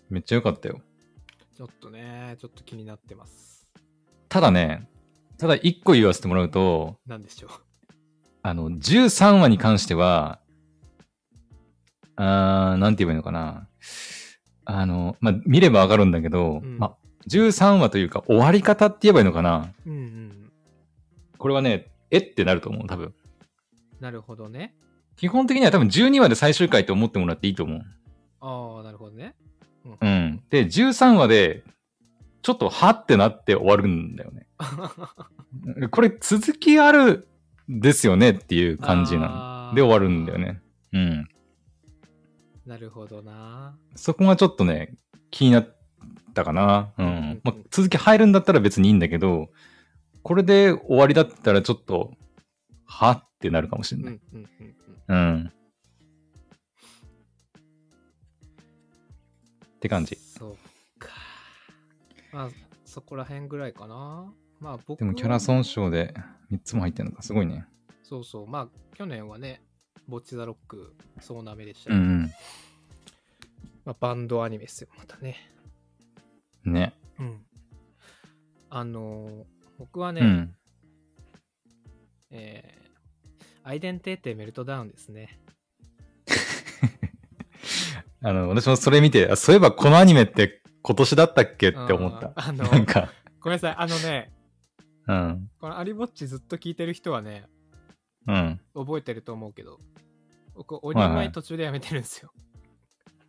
Speaker 2: めっちゃ良かったよ。
Speaker 1: ちょっとね、ちょっと気になってます。
Speaker 2: ただね、ただ一個言わせてもらうと、
Speaker 1: なんでしょう。
Speaker 2: あの、13話に関しては、あー、なんて言えばいいのかな。あの、まあ、見ればわかるんだけど、
Speaker 1: うん
Speaker 2: まあ、13話というか終わり方って言えばいいのかな。
Speaker 1: うんうん。
Speaker 2: これはね、えってなると思う、多分。
Speaker 1: なるほどね。
Speaker 2: 基本的には多分12話で最終回と思ってもらっていいと思う。
Speaker 1: ああ、なるほどね。うん。
Speaker 2: うん。で、13話で、ちょっとはってなって終わるんだよ
Speaker 1: *laughs*
Speaker 2: ね。これ続きあるですよねっていう感じな
Speaker 1: あ
Speaker 2: の。
Speaker 1: ー
Speaker 2: で終わるんだよ。ね。うん。
Speaker 1: なるほどな。
Speaker 2: そこがちょっとね、気になったかな。う
Speaker 1: うんうんうん
Speaker 2: ん。まあ、続き入るんだったら別にいいんだけど、これで終わりだったらちょっと、はってなるかもし
Speaker 1: う
Speaker 2: れ
Speaker 1: んう
Speaker 2: ない。
Speaker 1: んうんうん。
Speaker 2: うん。って感じ。
Speaker 1: そうか。まあ、そこら辺ぐらいかな。まあ僕
Speaker 2: でもキャラ損傷で3つも入ってるのか、すごいね。
Speaker 1: そうそう。まあ去年はね、ボッチザロック、そうなめでしたけ
Speaker 2: う
Speaker 1: ど、
Speaker 2: ん
Speaker 1: まあ、バンドアニメですよ、またね。
Speaker 2: うん。ね。
Speaker 1: うん。あのー僕はね、
Speaker 2: うん。
Speaker 1: えーアイデンテーテメルトダウンですね。
Speaker 2: あの、私もそれ見て、あそういえばこのアニメって今年だったっけって思った。
Speaker 1: あの、
Speaker 2: なんか、
Speaker 1: ごめんなさい、あのね、
Speaker 2: うん。
Speaker 1: このアリボッチずっと聞いてる人はね、
Speaker 2: うん。
Speaker 1: 覚えてると思うけど、僕、お
Speaker 2: はい
Speaker 1: 庭前途中でやめてるんですよ。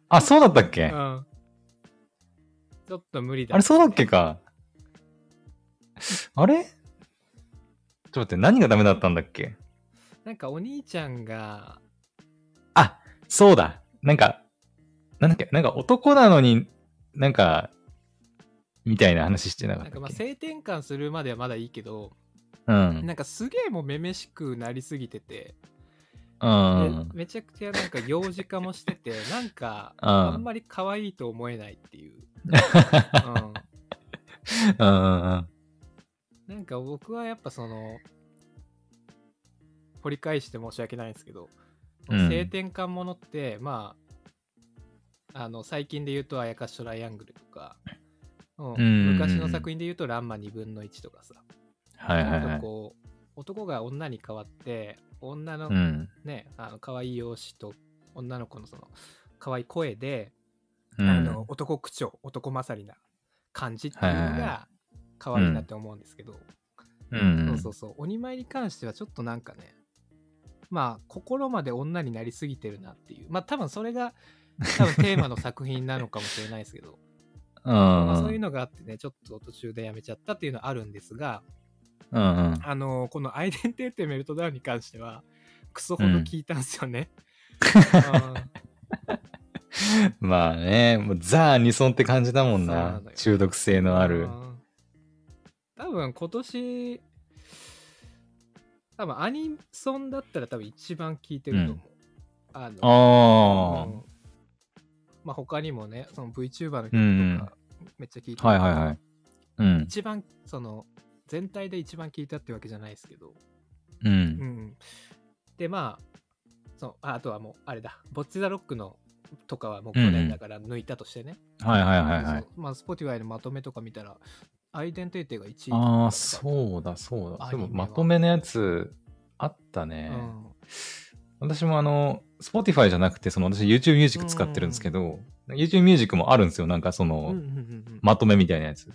Speaker 2: あ、そうだったっけ
Speaker 1: うん。ちょっと無理だ。
Speaker 2: あれ、そうだっけか。あれちょっと待って、何がダメだったんだっけ
Speaker 1: なんかお兄ちゃんが、
Speaker 2: あ、そうだ。なんか、なんだっけなんか男なのに、なんか、みたいな話してなか
Speaker 1: な
Speaker 2: っ
Speaker 1: んか
Speaker 2: た
Speaker 1: ま
Speaker 2: っ
Speaker 1: あ
Speaker 2: け
Speaker 1: 性転換するまではまだいいけど、
Speaker 2: うん。
Speaker 1: なんかすげえもうめめしくなりすぎてて、
Speaker 2: うん
Speaker 1: で。めちゃくちゃなんか幼児化もしてて、なんか、
Speaker 2: うん
Speaker 1: あんまり可愛いと思えないっていう。
Speaker 2: *laughs*
Speaker 1: うん
Speaker 2: うん。
Speaker 1: なんか僕はやっぱその掘り返して申し訳ないんですけど、
Speaker 2: うん
Speaker 1: 性転換ものってまああの最近で言うと「あやかしトライアングル」とか、うん
Speaker 2: うん
Speaker 1: 昔の作品で言うと「ランマ2分の1」とかさ、
Speaker 2: はいはい
Speaker 1: な
Speaker 2: は
Speaker 1: んか
Speaker 2: い。
Speaker 1: こう男が女に代わって女の
Speaker 2: うん。
Speaker 1: ね、あの可愛い容姿と女の子のその可愛い声で、
Speaker 2: う
Speaker 1: あ
Speaker 2: ん
Speaker 1: の。男口調男勝りな感じっていうの
Speaker 2: はいはい
Speaker 1: が
Speaker 2: は
Speaker 1: 可愛いなって思うんですけど、
Speaker 2: うん
Speaker 1: そうそうそう、鬼前に関してはちょっとなんかね、まあ、心まで女になりすぎてるなっていう、まあ、多分それが、多分テーマの作品なのかもしれないですけど、
Speaker 2: *laughs* う。
Speaker 1: まあそういうんのがあってね、ちょっと途中でやめちゃったっていうのはあるんですが、
Speaker 2: うん。
Speaker 1: あのこのアイデンテーテメルトダウンに関しては、クソほど聞いたんですよ
Speaker 2: *laughs*
Speaker 1: ね。
Speaker 2: まあね、もうザ・アニソンって感じだもん
Speaker 1: そうな
Speaker 2: な
Speaker 1: のよ。
Speaker 2: 中毒性
Speaker 1: うん
Speaker 2: のある。
Speaker 1: うん多分今年、多分アニソンだったら多分一番聞いてると思う。あの
Speaker 2: ああ
Speaker 1: う。んまあ他にもね、その VTuber の
Speaker 2: うんう
Speaker 1: 曲と
Speaker 2: ん
Speaker 1: かめっちゃ聞いてる
Speaker 2: はいはいはい。うん。
Speaker 1: 一番、その、全体で一番聞いたってわけじゃないですけど。
Speaker 2: う
Speaker 1: うん
Speaker 2: ん。
Speaker 1: うんで、まあ、そのああとはもう、あれだ、ボッチザロックのとかはもう去年だから抜いたとしてね。
Speaker 2: はいはいはいはい
Speaker 1: そ。うまあ、Spotify のまとめとか見たら、アイデンティティが1位。
Speaker 2: ああ、そうだそうだ。
Speaker 1: ア
Speaker 2: で
Speaker 1: ニメ
Speaker 2: も
Speaker 1: は
Speaker 2: まとめのやつあった
Speaker 1: う
Speaker 2: ね。
Speaker 1: ん。
Speaker 2: 私もあの、Spotify じゃなくて、その私 YouTube Music 使ってるんですけど、YouTube Music もあるんですよ。なんかその、
Speaker 1: うんうんうんうん
Speaker 2: まとめみたいなやつ。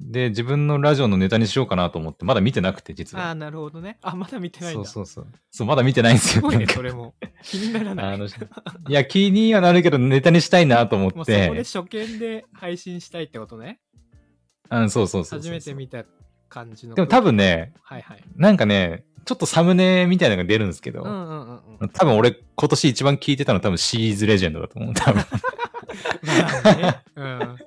Speaker 2: で、自分のラジオのネタにしようかなと思って、まだ見てなくて、実
Speaker 1: ああ、
Speaker 2: は。
Speaker 1: なるほどね。あ、まだ見てないん
Speaker 2: そ
Speaker 1: だ。
Speaker 2: うそうそう。そう、まだ見てないんです
Speaker 1: す
Speaker 2: よ。
Speaker 1: ごい
Speaker 2: な
Speaker 1: ね、
Speaker 2: んか
Speaker 1: それも。気にならない。
Speaker 2: *laughs*
Speaker 1: も
Speaker 2: あの
Speaker 1: う
Speaker 2: いや、気にはなるけど、ネタにしたいなと思
Speaker 1: そこ
Speaker 2: っ
Speaker 1: で
Speaker 2: て。
Speaker 1: 初見で配信したいってことね。
Speaker 2: うん、そうそうそうそ
Speaker 1: 初
Speaker 2: う
Speaker 1: めて見た感じの。
Speaker 2: でも多分。ね、
Speaker 1: はいはい。
Speaker 2: なんかね、ちょっとサムネみたいなのが出るんですけど、
Speaker 1: うんうんうんうん。
Speaker 2: 多分俺、今年一番聞いてたの多分シーズレジェンドだと思う。
Speaker 1: *laughs*
Speaker 2: 多分
Speaker 1: まあね。
Speaker 2: *laughs*
Speaker 1: うん。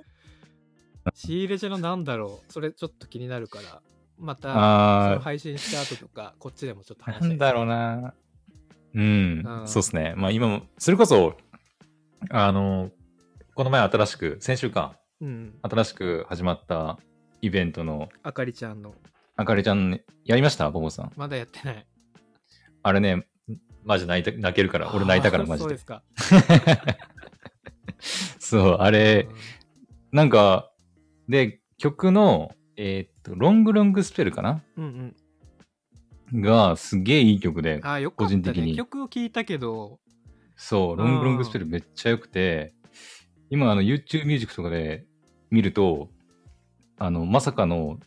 Speaker 1: 仕入れじゃのなんだろう。それちょっと気になるから、また、その
Speaker 2: あ
Speaker 1: 配信した後とか、こっちでもちょっと話
Speaker 2: あ、な
Speaker 1: したい
Speaker 2: んだろうな。うん、
Speaker 1: うん
Speaker 2: そうですね。まあ今も、それこそ、あの、この前新しく、先週か、
Speaker 1: うん。
Speaker 2: 新しく始まったイベントの、
Speaker 1: あかりちゃんの、
Speaker 2: あかりちゃん、やりましたボボさん。
Speaker 1: まだやってない。
Speaker 2: あれね、マジ泣いた泣けるから、俺泣いたからマジ
Speaker 1: そう
Speaker 2: で
Speaker 1: で。すか。
Speaker 2: そう、あれ、
Speaker 1: うん
Speaker 2: なんか、で、曲の、えーっと、ロングロングスペルかな
Speaker 1: うん
Speaker 2: が、すげえいい曲で
Speaker 1: うん。、ああ、よかった、ね。
Speaker 2: 個人的に
Speaker 1: 曲を聞いたけど、
Speaker 2: そう、
Speaker 1: ん
Speaker 2: ロングロングスペルめっちゃ良くて、今、あの、YouTube ミュージックとかで見ると、あの、まさかの、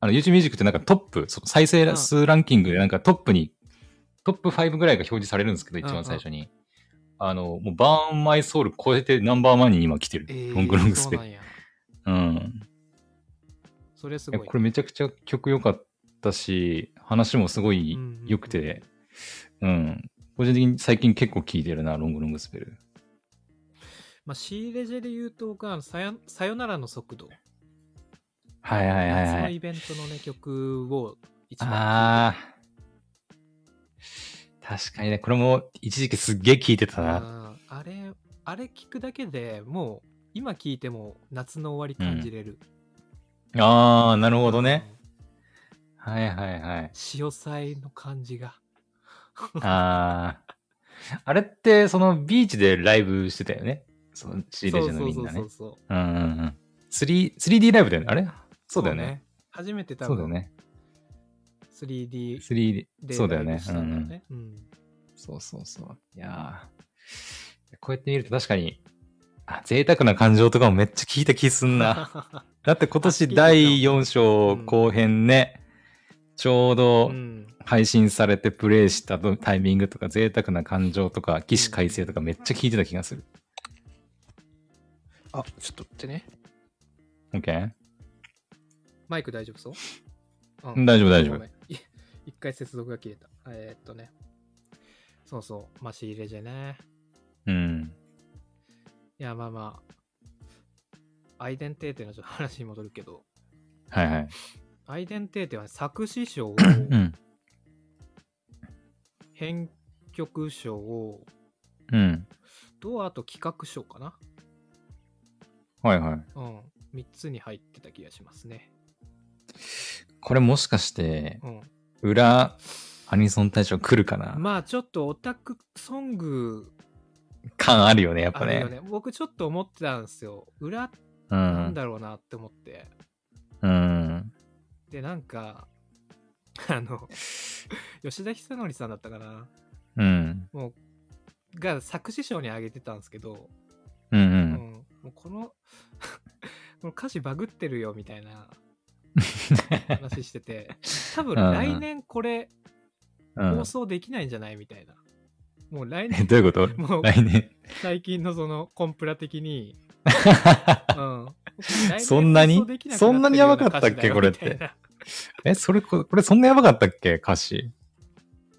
Speaker 2: あの、YouTube ミュージックってなんかトップ、そ再生数ランキングでなんかトップに、トップ5ぐらいが表示されるんですけど、一
Speaker 1: うんう
Speaker 2: 番
Speaker 1: ん
Speaker 2: 最初に。あの、もう、バーンマイソウル超えてナンバーワンに今来てる。
Speaker 1: えー、
Speaker 2: ロングロングスペ
Speaker 1: そうな
Speaker 2: ル。
Speaker 1: んや。
Speaker 2: うん。
Speaker 1: それす
Speaker 2: いや
Speaker 1: ごい。
Speaker 2: これめちゃくちゃ曲良かったし、話もすごい
Speaker 1: うんうんうん
Speaker 2: 良くて、うん個人的に最近結構聴いてるな、ロングロングスペル。
Speaker 1: まあ、シーレジェで言うと、僕はあのさよさよならの速度、
Speaker 2: はいはいはい
Speaker 1: 夏
Speaker 2: は
Speaker 1: の
Speaker 2: い。
Speaker 1: イベントのね、曲を一番聞い
Speaker 2: あー。確かにね、これも一時期すっげえ聴いてた
Speaker 1: て
Speaker 2: な。
Speaker 1: うんあれ、あれ聞くだけでもう、今聞いても夏の終わり感じれる。
Speaker 2: あー、なるほど
Speaker 1: うん
Speaker 2: ね。。はいはいはい。
Speaker 1: 潮騒の感じが。
Speaker 2: あー。あれって、そのビーチでライブしてたよね。そのシーレジェのみんな
Speaker 1: そ
Speaker 2: ね
Speaker 1: うそう。そうそう。
Speaker 2: うんうんうん。3 3D ライブだよね。あれそうだよね。。
Speaker 1: 初めて多
Speaker 2: そうだよ
Speaker 1: 分
Speaker 2: ね。
Speaker 1: 3D
Speaker 2: 3D
Speaker 1: で
Speaker 2: そうだよね
Speaker 1: ライブしたんだよ
Speaker 2: うん
Speaker 1: ね。うん
Speaker 2: そうそうそう。いやーこうやって見ると確かに、あ、贅沢な感情とかもめっちゃ聞いた気すんな。だって
Speaker 1: あ聞
Speaker 2: 今
Speaker 1: い
Speaker 2: 年
Speaker 1: てた
Speaker 2: 第4章
Speaker 1: うん
Speaker 2: 後編ね、ちょう
Speaker 1: *laughs* う
Speaker 2: ど
Speaker 1: ん
Speaker 2: 配信されてプレイしたとタイミングとか、贅沢な感情とか、起死回生とかめっちゃ聞いてた気がする。
Speaker 1: あ、ちょっと待ってね。
Speaker 2: OK?
Speaker 1: マイク大丈夫そうう
Speaker 2: 大丈夫大丈
Speaker 1: ご
Speaker 2: 夫
Speaker 1: め。んい一回接続が切れた。えーっとね。そうそう。まあ、仕入れじゃね。
Speaker 2: うん。
Speaker 1: いや、まあまあ。アイデンテーテのちょっと話に戻るけど、
Speaker 2: はいはい。
Speaker 1: アイデンテーテは作詞賞、
Speaker 2: うん。
Speaker 1: 編曲賞、
Speaker 2: うん。
Speaker 1: と、あと企画賞かな。
Speaker 2: はいはい。
Speaker 1: うん。3つに入ってた気がしますね。
Speaker 2: これもしかして、
Speaker 1: うん。
Speaker 2: 裏、アニソン大賞来るかな、
Speaker 1: まあ、ちょっとオタクソング
Speaker 2: 感あるよね、やっ
Speaker 1: あ
Speaker 2: ぱ
Speaker 1: る
Speaker 2: ね。
Speaker 1: よね。僕ちょっと思ってたんですよ。裏
Speaker 2: う
Speaker 1: なん
Speaker 2: ん。
Speaker 1: だろうなって思って。
Speaker 2: うん。
Speaker 1: で、なんか、 *laughs* あの、吉田久典さんだったかな
Speaker 2: うん。
Speaker 1: が作詞賞に挙げてたんですけど、
Speaker 2: うんう。
Speaker 1: うんんもうこの *laughs* この歌詞バグってるよみたい
Speaker 2: *laughs*
Speaker 1: な話してて、多分
Speaker 2: うんうん
Speaker 1: 来年これ
Speaker 2: う
Speaker 1: 放
Speaker 2: ん、
Speaker 1: 送できないんじゃないみたいな。もう来
Speaker 2: え
Speaker 1: 年、
Speaker 2: どういうこと
Speaker 1: もう
Speaker 2: 来年。 *laughs*
Speaker 1: 最近のそのコンプラ的に、
Speaker 2: *laughs*
Speaker 1: うん、
Speaker 2: そんなに
Speaker 1: 来年放送できくってるよう
Speaker 2: そんなにやばかったっ
Speaker 1: 歌詞だ
Speaker 2: け
Speaker 1: よ
Speaker 2: これって
Speaker 1: みたいな
Speaker 2: え、それこ、これそんなやばかったっけ歌詞。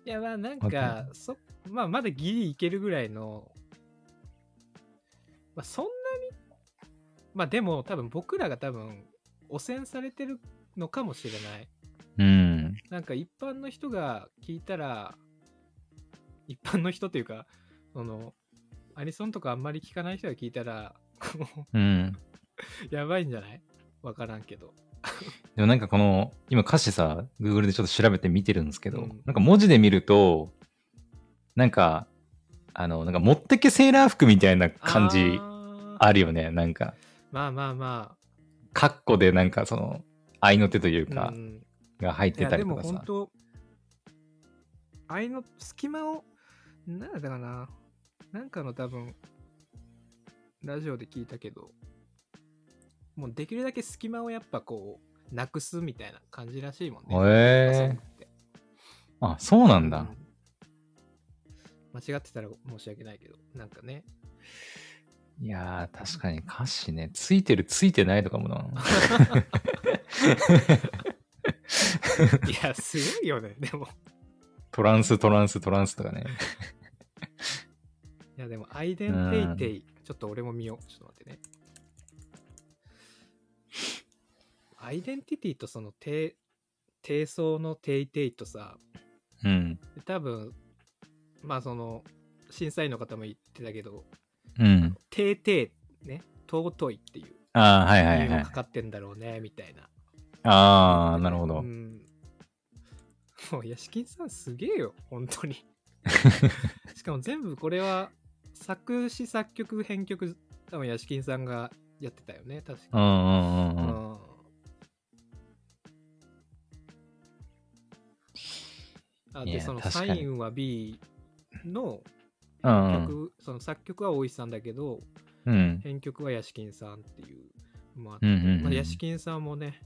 Speaker 1: いやまあなん
Speaker 2: 待っ
Speaker 1: かそ、まあ、まだギリいけるぐらいの、まあ、そんなにまあでも多分僕らが多分汚染されてるのかもしれない
Speaker 2: うん。
Speaker 1: なんか一般の人が聞いたら一般の人というかそのアニソンとかあんまり聞かない人が聞いたらこ
Speaker 2: うん。
Speaker 1: うやばいんじゃないわからんけど
Speaker 2: でもなんかこの、今歌詞さ、Google でちょっと調べて見てるんですけど、
Speaker 1: うん
Speaker 2: なんか文字で見ると、なんか、あの、なんか持ってけセーラー服みたいな感じ
Speaker 1: あー
Speaker 2: あるよね。なんか、
Speaker 1: まあまあま
Speaker 2: カッコでなんかその、愛の手という
Speaker 1: あ、
Speaker 2: か
Speaker 1: う、ん、
Speaker 2: が入っ
Speaker 1: い
Speaker 2: て
Speaker 1: や
Speaker 2: た
Speaker 1: で
Speaker 2: りと
Speaker 1: も
Speaker 2: か
Speaker 1: 本
Speaker 2: さ。
Speaker 1: 当あいの隙間をなんだったかななんかの多分ラジオで聞いたけどもうできるだけ隙間をやっぱこう、なくすみたいな感じらしいもんね。
Speaker 2: へえ
Speaker 1: え。
Speaker 2: あ、そうなんだ。
Speaker 1: うん間違ってたら申し訳ないけど、なんかね。
Speaker 2: いやー、確かに歌詞ね、ついてるついてないとかもな。
Speaker 1: いや、すごいよね、でも。
Speaker 2: トランス、トランス、トランスとかね。
Speaker 1: いや、でも、アイデンテイテイ、ちょっと俺も見よう。ちょっと待ってね。アイデンティティとその低、低層のテイテイとさ、
Speaker 2: うん。
Speaker 1: 多分、まあその、審査員の方も言ってたけど、
Speaker 2: うん。
Speaker 1: テイテイ、ね、尊いっていう、
Speaker 2: ああ、はいはい
Speaker 1: 意
Speaker 2: は
Speaker 1: 味
Speaker 2: い
Speaker 1: が。かかってんだろうね、みたいな。
Speaker 2: ああ、なるほど。
Speaker 1: うん。もう、ヤシキンさんすげえよ、本当
Speaker 2: *laughs*
Speaker 1: に。しかも全部これは、作詞、作曲、編曲、多分ヤシキンさんがやってたよね、確
Speaker 2: う
Speaker 1: か。
Speaker 2: んう
Speaker 1: うん
Speaker 2: んううん。
Speaker 1: ん。あ
Speaker 2: い
Speaker 1: で、
Speaker 2: や
Speaker 1: その
Speaker 2: 確か
Speaker 1: サ
Speaker 2: に
Speaker 1: インは B の
Speaker 2: うんうん
Speaker 1: 曲、その作曲は大石さんだけど、
Speaker 2: うん。
Speaker 1: 編曲はヤシキンさんっていうのもあって、
Speaker 2: うんうんうん
Speaker 1: まあ、ヤシキンさんもね、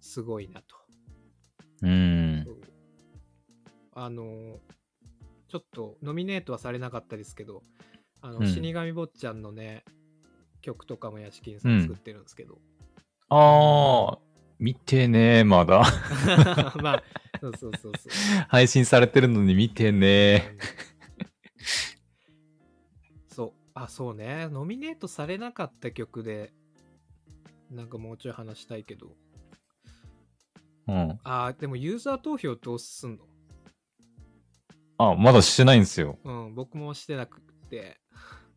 Speaker 1: すごいなと。
Speaker 2: うん。
Speaker 1: そうあのちょっとノミネートはされなかったですけどあの、
Speaker 2: うん
Speaker 1: 死神坊ちゃんのね曲とかも屋敷さん作ってるんですけ
Speaker 2: *laughs*
Speaker 1: ど、
Speaker 2: ああ、見てねー、まだ。 *laughs*
Speaker 1: まあそうそうそうそう
Speaker 2: 配信されてるのに見てね
Speaker 1: そうあそうねノミネートされなかった曲でなんかもうちょい話したいけど
Speaker 2: ー。うん。
Speaker 1: あーでもユーザー投票どうすんの
Speaker 2: あ、まだしてないんですよ。
Speaker 1: うん僕もしてなくて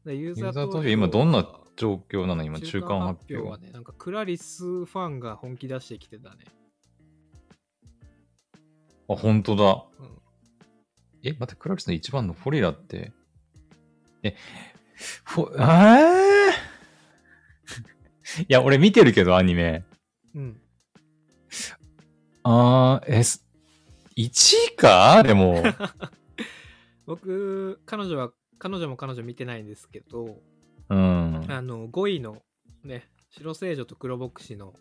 Speaker 1: でユー
Speaker 2: ユーザー投票、今どんな状況なの今、中間発表。
Speaker 1: はね、なんかクラリスファンが本気出してきてたね。
Speaker 2: あ、本当だ。
Speaker 1: うん
Speaker 2: え、待って、クラリスの一番のフォリラって。え、フォ、えー、 *laughs* いや、俺見てるけど、アニメ。
Speaker 1: うん。
Speaker 2: あー、え、す1位か
Speaker 1: *laughs*
Speaker 2: でも。
Speaker 1: 僕、彼女は、彼女も彼女見てないんですけど、
Speaker 2: うん。
Speaker 1: あの、5位のね、白聖女と黒牧師の、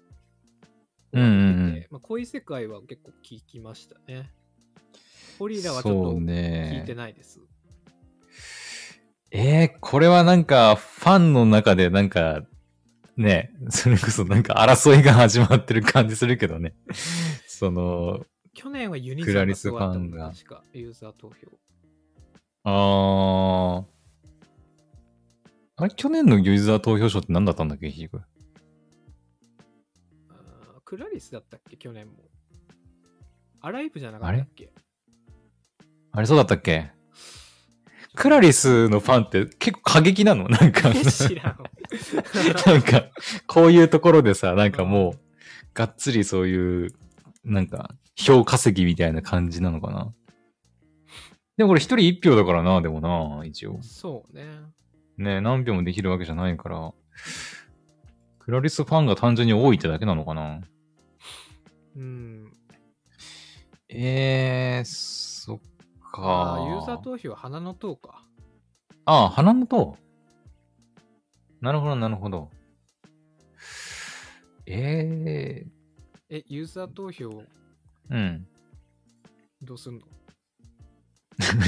Speaker 2: うんうんうん
Speaker 1: ててまあ、恋世界は結構聞きましたね。ホリラはちょっ
Speaker 2: そう
Speaker 1: と聞いて
Speaker 2: ね。
Speaker 1: ないです。
Speaker 2: えー、これはなんか、ファンの中でなんか、ね、 *laughs* それこそなんか争いが始まってる感じするけどね。 *laughs* その、
Speaker 1: 去年はユニ
Speaker 2: クラ
Speaker 1: ゾン
Speaker 2: リ
Speaker 1: が
Speaker 2: ス
Speaker 1: す
Speaker 2: フ
Speaker 1: ごかった
Speaker 2: ァ
Speaker 1: も
Speaker 2: ン
Speaker 1: んね
Speaker 2: が
Speaker 1: 確か、ユーザー投票。
Speaker 2: あー。あれ、去年のユーザー投票賞って何だったんだっけ、ヒーク。
Speaker 1: あークラリスだったっけ、去年も。アライブじゃなかったっけ。
Speaker 2: あれ、そうだったっけクラリスのファンって結構過激なのなん
Speaker 1: *laughs*
Speaker 2: か
Speaker 1: 知
Speaker 2: *laughs*
Speaker 1: らん。
Speaker 2: なんか、こういうところでさ、なんかもう、がっつりそういう、なんか、票稼ぎみたいな感じなのかな。でもこれ一人一票だからな、でもな、一応。
Speaker 1: そうね。
Speaker 2: ね、何票もできるわけじゃないから。クラリスファンが単純に多いってだけなのかな。
Speaker 1: うん。
Speaker 2: えー、そっか
Speaker 1: ああ、ユーザー投票は花の塔か。
Speaker 2: ああ、花の塔。なるほど、なるほど。ええ
Speaker 1: え、ユーザー投票
Speaker 2: うん。 *laughs*
Speaker 1: どうすんの、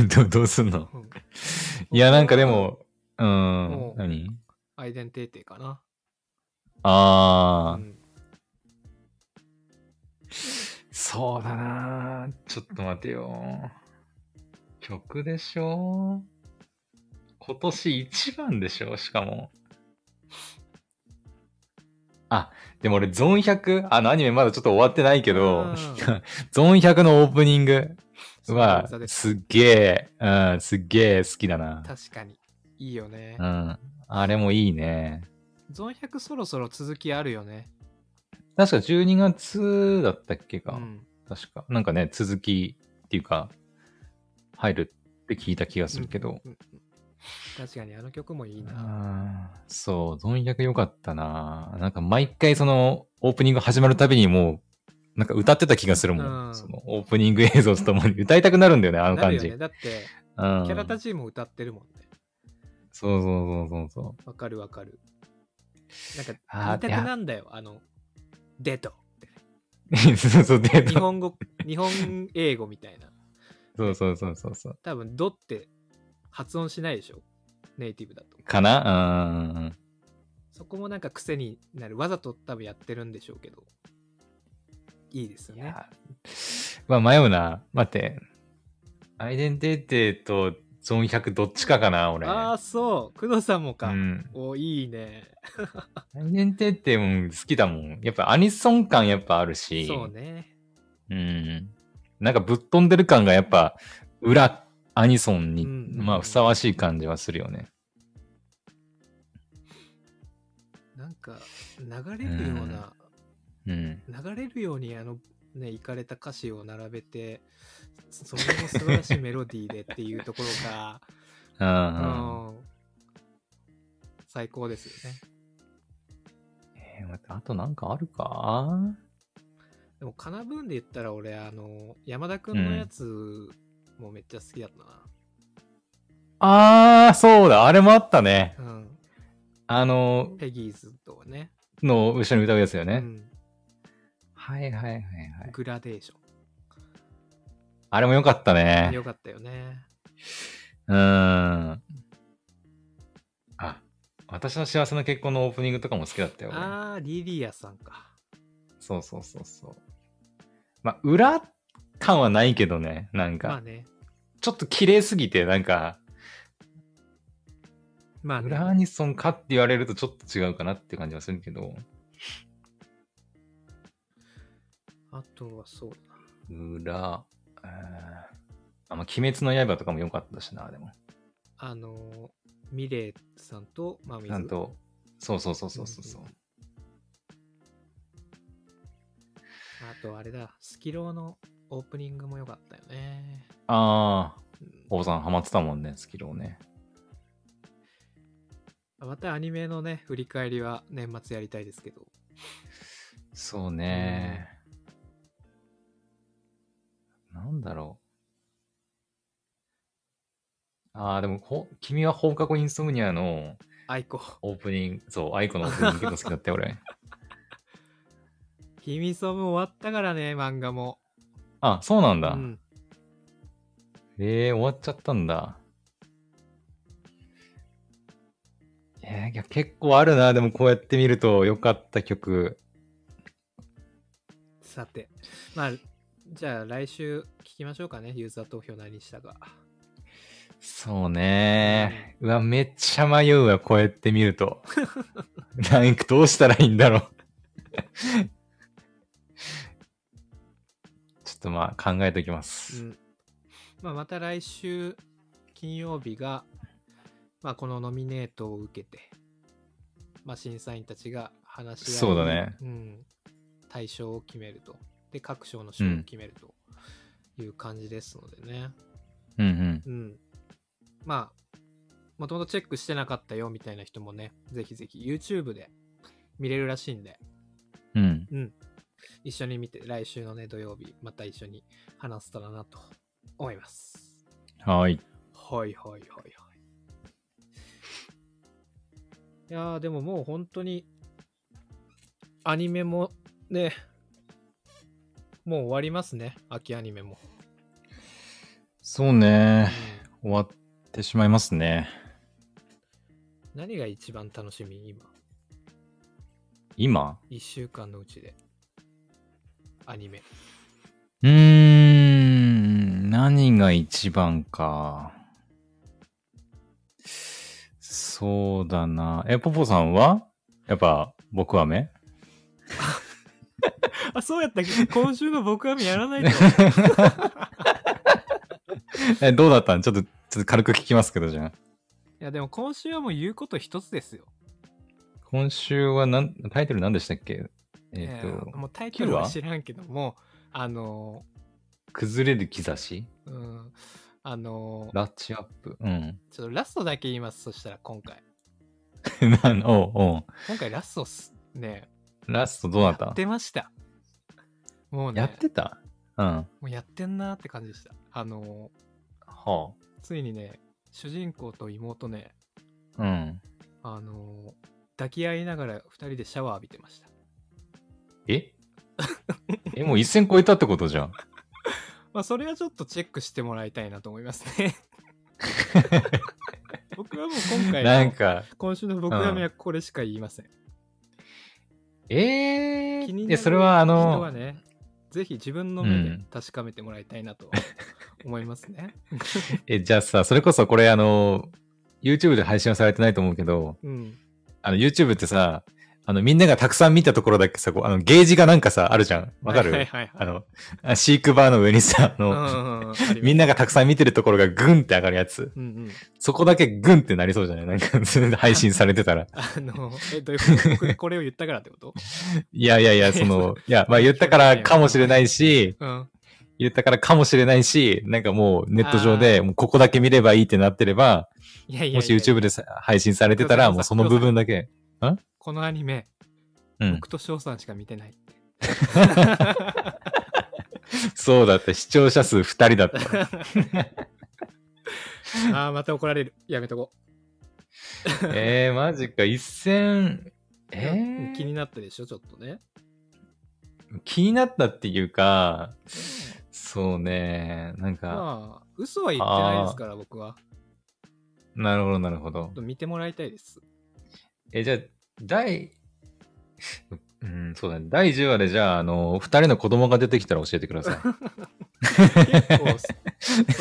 Speaker 2: どどうすんの
Speaker 1: うん
Speaker 2: いや、なんかでも、う
Speaker 1: も
Speaker 2: ん、
Speaker 1: う
Speaker 2: 何
Speaker 1: アイデンティティかな。う
Speaker 2: ああ、
Speaker 1: ん
Speaker 2: そうだなちょっと待てよ。曲でしょ今年一番でしょしかも。あ、でも俺、ゾン100、あのアニメまだちょっと終わってないけ
Speaker 1: う
Speaker 2: ど
Speaker 1: ん、
Speaker 2: ゾン100のオープニングは
Speaker 1: そう、です
Speaker 2: すっげえ、うん、すっげえ好きだな。
Speaker 1: 確かに。いいよね
Speaker 2: う。ん。あれもいいね。
Speaker 1: ゾン100そろそろ続きあるよね。
Speaker 2: 確か12月だったっけか。
Speaker 1: うん。
Speaker 2: 確か。なんかね、続きっていうか、入るって聞いた気がするけど。
Speaker 1: うんうんうん確かにあの曲もいいな。
Speaker 2: あーそう、ゾン100良かったな。なんか毎回そのオープニング始まるたびにもう、なんか歌ってた気がするもん。
Speaker 1: うん
Speaker 2: そのオープニング映像とともに歌いたくなるんだよね、あの
Speaker 1: なる
Speaker 2: 感
Speaker 1: よ
Speaker 2: じ。
Speaker 1: ね。だって、
Speaker 2: うん
Speaker 1: キャラたちも歌ってるもんね。
Speaker 2: そうそうそうそうそう。
Speaker 1: わかるわかる。なんか、
Speaker 2: あ
Speaker 1: 二
Speaker 2: ー
Speaker 1: 択なんだよ。あの、デート。
Speaker 2: いや *laughs* そうそう、デー
Speaker 1: 日
Speaker 2: ト。
Speaker 1: 本語、日本英語みたいな。
Speaker 2: そうそうそうそうそう。
Speaker 1: 多分、ドって発音しないでしょ。ネイティブだと。
Speaker 2: かなうん。
Speaker 1: そこもなんか癖になる。わざと多分やってるんでしょうけど。いいですよ
Speaker 2: い
Speaker 1: ね。
Speaker 2: やまあ迷うな。待って。アイデンティティとゾーン100どっちかかな、俺。
Speaker 1: ああ、そう。工藤さんもか。
Speaker 2: うん。
Speaker 1: お、いいね。
Speaker 2: アイデンティティも好きだもん。やっぱアニソン感やっぱあるし。
Speaker 1: そうね。
Speaker 2: うん。なんかぶっ飛んでる感がやっぱ裏アニソンに、
Speaker 1: うんうんうん
Speaker 2: まあふさわしい感じはするよね。
Speaker 1: なんか、流れるような、
Speaker 2: うん。
Speaker 1: 流れるように、あの、ね、行かれた歌詞を並べて、そそれも素晴らしいメロディーでっていうところ
Speaker 2: *laughs*
Speaker 1: が、
Speaker 2: あ
Speaker 1: うん最高ですよね。
Speaker 2: あ、えー待ってあとなんかあるか
Speaker 1: でも、かなぶんで言ったら俺、あの、山田くんのやつもめっちゃ好きだった
Speaker 2: ああ、そうだ、あれもあったね。
Speaker 1: な。うん。
Speaker 2: あの、
Speaker 1: ペギーズとね。
Speaker 2: の後ろに歌うやつよ
Speaker 1: う
Speaker 2: ね。
Speaker 1: ん
Speaker 2: はいはいはいはい。
Speaker 1: グラデーシ
Speaker 2: あれも良かった
Speaker 1: ョン。
Speaker 2: ね。
Speaker 1: よかったよね。
Speaker 2: うーん。あ、私の幸せの結婚のオープニングとかも好きだったよ。俺
Speaker 1: あー、リリアさんか。
Speaker 2: そうそうそうそう。まあ、裏感はないけどね、なん
Speaker 1: まあ
Speaker 2: か、
Speaker 1: ね。
Speaker 2: ちょっと綺麗すぎて、なんか、
Speaker 1: まあね。
Speaker 2: 裏アニソンかって言われるとちょっと違うかなって感じはするけど、
Speaker 1: あとはそうだな。
Speaker 2: 裏、えーあ、まあ、鬼滅の刃とかも良かったしな、でも。
Speaker 1: あのー、ミレイさんとマミ
Speaker 2: ちゃんと、そうそうそうそうそうそう。
Speaker 1: うんあとあれだ、スキローのオープニングも良かったよね。
Speaker 2: ああ、
Speaker 1: うん
Speaker 2: 王さんハマってたもんね、スキルをね。
Speaker 1: またアニメのね、振り返りは年末やりたいですけど。
Speaker 2: そうね。なんだろう。ああ、でもほ、君は放課後インソムニアの
Speaker 1: アイコ、
Speaker 2: オープニング、そう、アイコのオープニング結構好きだったよ、俺。 *laughs*
Speaker 1: ヒミソム終わったからね、漫画も。
Speaker 2: あ、そうなん
Speaker 1: う
Speaker 2: だ。
Speaker 1: ん。
Speaker 2: ええ終わっちゃったんだ。えー、いや結構あるな、でもこうやって見ると良かった曲。
Speaker 1: さて、まあ、じゃあ来週聞きましょうかね、ユーザー投票何したか。
Speaker 2: そうね。うわ、めっちゃ迷うわ、こうやって見ると。 *laughs* なんかどうしたらいいんだろう。 *laughs* ちょっとまあ考えておきま
Speaker 1: う
Speaker 2: す。
Speaker 1: ん。まあ、また来週金曜日が、まあ、このノミネートを受けて、まあ、審査員たちが話し合い
Speaker 2: そうだね
Speaker 1: うん、対象を決めると。で、各賞の賞を決めるという感じですのでね。
Speaker 2: うんうん。
Speaker 1: うん。まあ、もともとチェックしてなかったよみたいな人もね、ぜひぜひ YouTube で見れるらしいんで、
Speaker 2: うん。
Speaker 1: うん。一緒に見て、来週のね、土曜日、また一緒に話せたらなと思います。
Speaker 2: はい。
Speaker 1: はいはいはいはい。いやーでももう本当にアニメもね、もう終わりますね、秋アニメ *laughs* も。
Speaker 2: そうね
Speaker 1: うん。
Speaker 2: 終わってしまいますね。
Speaker 1: 何が一番楽しみ今、
Speaker 2: 今
Speaker 1: 1週間のうちで。アニメ。
Speaker 2: うーん。何が一番か。そうだな。え、ポポさんはやっぱ僕は目
Speaker 1: あ、そうやったっ *laughs* け今週の僕は見やらないと。
Speaker 2: え、どうだったんちょっと、ちょっと軽く聞きますけど、じゃあ。
Speaker 1: いやでも今週はもう言うこと一つですよ。
Speaker 2: 今週はなん、タイトル何でしたっけえっ、
Speaker 1: いや
Speaker 2: と、
Speaker 1: もうタイトル
Speaker 2: 九
Speaker 1: は
Speaker 2: 話
Speaker 1: 知らんけども、あの
Speaker 2: 崩れる兆し
Speaker 1: ー、うん、あのー、
Speaker 2: ラッチアップうん。 *laughs*
Speaker 1: ちょっとラストだけ言います、そしたら今回。
Speaker 2: なんおうお
Speaker 1: 今回ラストっすね、
Speaker 2: うラストどうなった
Speaker 1: やってました。もうね、
Speaker 2: やってたうん。は
Speaker 1: もうやってんなーって感じでした。あの
Speaker 2: あ。
Speaker 1: ー、ついにね、主人公と妹ね、
Speaker 2: うん。
Speaker 1: あのー、抱き合いながら2人でシャワー浴びてました。
Speaker 2: え *laughs* え、もう一線超えたってことじゃん。
Speaker 1: まあ、それはちょっとチェックしてもらいたいなと思います
Speaker 2: *laughs*
Speaker 1: ね。僕はもう今回
Speaker 2: なん
Speaker 1: の、
Speaker 2: か、
Speaker 1: 今週の僕らめはこれしか言いません。
Speaker 2: え
Speaker 1: 気に
Speaker 2: ー、
Speaker 1: なる
Speaker 2: え、それはあ
Speaker 1: 人
Speaker 2: の
Speaker 1: は、ね、ぜひ自分の目
Speaker 2: う
Speaker 1: で
Speaker 2: ん
Speaker 1: 確かめてもらいたいなと思います
Speaker 2: *laughs*
Speaker 1: ね。
Speaker 2: え、じゃあさ、それこそこれあの、YouTube で配信はされてないと思うけど、
Speaker 1: うん。
Speaker 2: あの、YouTube ってさ、あの、みんながたくさん見たところだけさ、こうあの、ゲージがなんかさ、あるじゃん。わかる、
Speaker 1: はいはいはい、
Speaker 2: あの、あ飼育バーの上にさ、あ
Speaker 1: う
Speaker 2: の、
Speaker 1: んうんうん、
Speaker 2: みん
Speaker 1: な、
Speaker 2: ながたくさん見てるところがグンって上がるやつ。
Speaker 1: うんうん、
Speaker 2: そこだけグンってなりそうじゃないなんか、それで配信されてたら。
Speaker 1: あの、え、どういうこと僕これを言ったからってこと
Speaker 2: いやいや
Speaker 1: *laughs*
Speaker 2: いや、その、いや、まあ言ったからかもしれないし、
Speaker 1: うん。
Speaker 2: 言ったからかもしれないし、なんかもうネット上で、もうここだけ見ればいいってなってれば、
Speaker 1: いやいやいやいや
Speaker 2: もし YouTube でさ配信されてたら、もうその部分だけ、
Speaker 1: このアニメ、
Speaker 2: うん
Speaker 1: 僕、と翔さんしか見てない。
Speaker 2: そうだった。視聴者数2人だった。
Speaker 1: *laughs* ああ、また怒られる。やめとこう。
Speaker 2: えー、マジか。一戦、えー、
Speaker 1: 気になったでしょ、ちょっとね。
Speaker 2: 気になったっていうか、そうね、なんか、
Speaker 1: まあ、嘘は言ってないですから、僕は。
Speaker 2: なるほど、なるほど
Speaker 1: ちょっ。と見てもらいたい
Speaker 2: *laughs*
Speaker 1: です。
Speaker 2: え、じゃあ、第、 *laughs* うん、そうだね。第10話で、じゃあ、あの、2人の子供が出てきたら教えてください。
Speaker 1: 結構、そ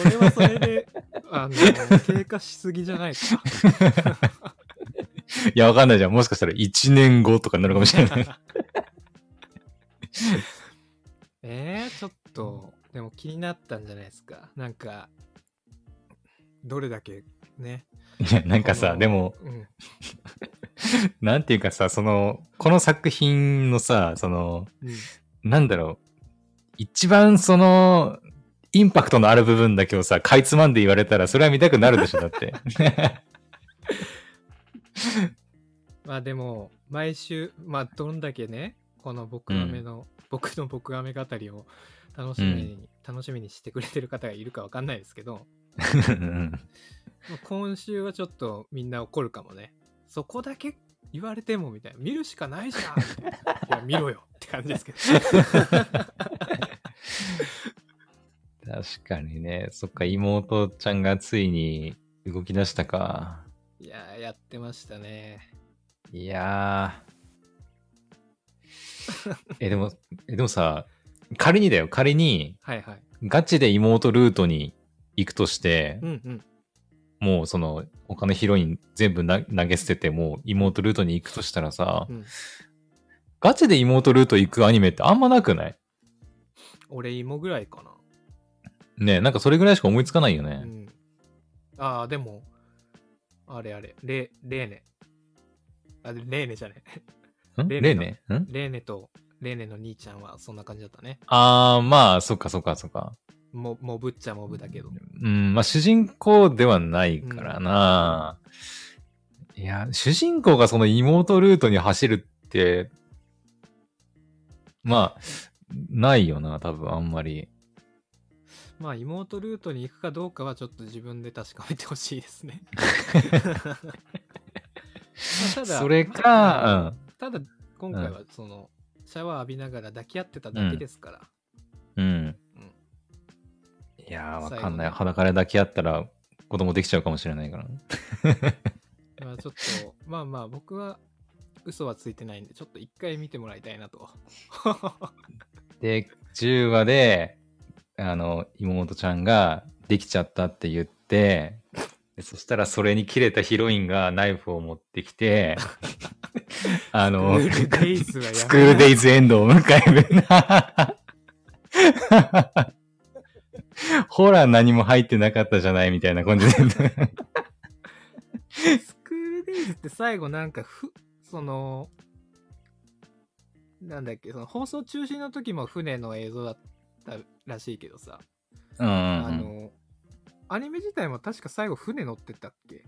Speaker 1: れはそれ
Speaker 2: *laughs*
Speaker 1: で、あの、経過しすぎじゃないですか。 *laughs*
Speaker 2: いや、わかんないじゃん。もしかしたら1年後とかになるかもしれない。
Speaker 1: えー、ちょっと、でも気になったんじゃないですか。なんか、どれだけね。
Speaker 2: いや、なんか
Speaker 1: こ
Speaker 2: さ、
Speaker 1: の
Speaker 2: でも、
Speaker 1: うん。
Speaker 2: なんていうかさ、その、この作品のさ、その、
Speaker 1: うん
Speaker 2: なんだろう、一番その、インパクトのある部分だけをさ、かいつまんで言われたら、それは見たくなるでしょ、
Speaker 1: *laughs*
Speaker 2: だって。 *laughs*
Speaker 1: まあでも、毎週、まあどんだけね、この僕アメの、僕の僕アメ語りを楽しみに、楽しみにしてくれてる方がいるかわかんないですけど、
Speaker 2: うん
Speaker 1: まあ今週はちょっとみんな怒るかもね。そこだけ言われてもみたいな。見るしかないじ *laughs* ゃんみたいないや、見ろよって感じですけ *laughs* ど。
Speaker 2: 確かにね、そっか、妹ちゃんがついに動き出したか。
Speaker 1: いやー、やってましたね。
Speaker 2: いや
Speaker 1: *laughs*
Speaker 2: ー。え、でも、え、でもさ、仮にだよ、仮に、
Speaker 1: はいはい。
Speaker 2: ガチで妹ルートに行くとして
Speaker 1: う、んうん。
Speaker 2: もうその、他のヒロイン全部な投げ捨てて、もう妹ルートに行くとしたらさ、
Speaker 1: うん、
Speaker 2: ガチで妹ルート行くアニメってあんまなくない
Speaker 1: 俺、芋ぐらいか
Speaker 2: ねえなんかそれぐらいしか思いつかないよ
Speaker 1: な。う
Speaker 2: ね。
Speaker 1: ん。ああ、でも、あれあれ、レ、レーネ。あ、レーネじゃねえ。
Speaker 2: ん
Speaker 1: レ
Speaker 2: レ
Speaker 1: ーネ
Speaker 2: ーネん
Speaker 1: レーネとレーネの兄ちゃんはそんな感じだったね。
Speaker 2: あー、まあ、そっかそっかそっか。
Speaker 1: もモブっちゃモブだけど。
Speaker 2: うん、まあ主人公ではないからな。いや、主人公がその妹ルートに走るって、まあ、ないよな、多分あんまり。
Speaker 1: まあ妹ルートに行くかどうかはちょっと自分で確かめてほしいです *laughs* ね。まあただ
Speaker 2: それか、
Speaker 1: ただ今回はその、シャワー浴びながら抱き合ってただけですから。
Speaker 2: うん。うん
Speaker 1: うん。
Speaker 2: いやー、
Speaker 1: 最
Speaker 2: わ
Speaker 1: 後ね
Speaker 2: かんない。裸で抱き合ったら子供できちゃうかもしれないから。
Speaker 1: まあちょっとまあまあ僕は嘘はついてないんでちょっと一回見てもらいたいなと。
Speaker 2: で、10話で、あの、妹ちゃんができちゃったって言って、でそしたらそれに切れたヒロインがナイフを持って
Speaker 1: *laughs*
Speaker 2: きて、あの、
Speaker 1: スクールデイズはやめな
Speaker 2: スクールデイズエンドを迎えるな。ほら何も入ってなかったじゃないみたいな感じ
Speaker 1: *laughs*
Speaker 2: で。
Speaker 1: スクールデイズって最後なんかふそのなんだっけその放送中止の時も船の映像だったらしいけどさ、
Speaker 2: うんうん
Speaker 1: あ
Speaker 2: うん、
Speaker 1: のアニメ自体も確か最後船乗ってたっけ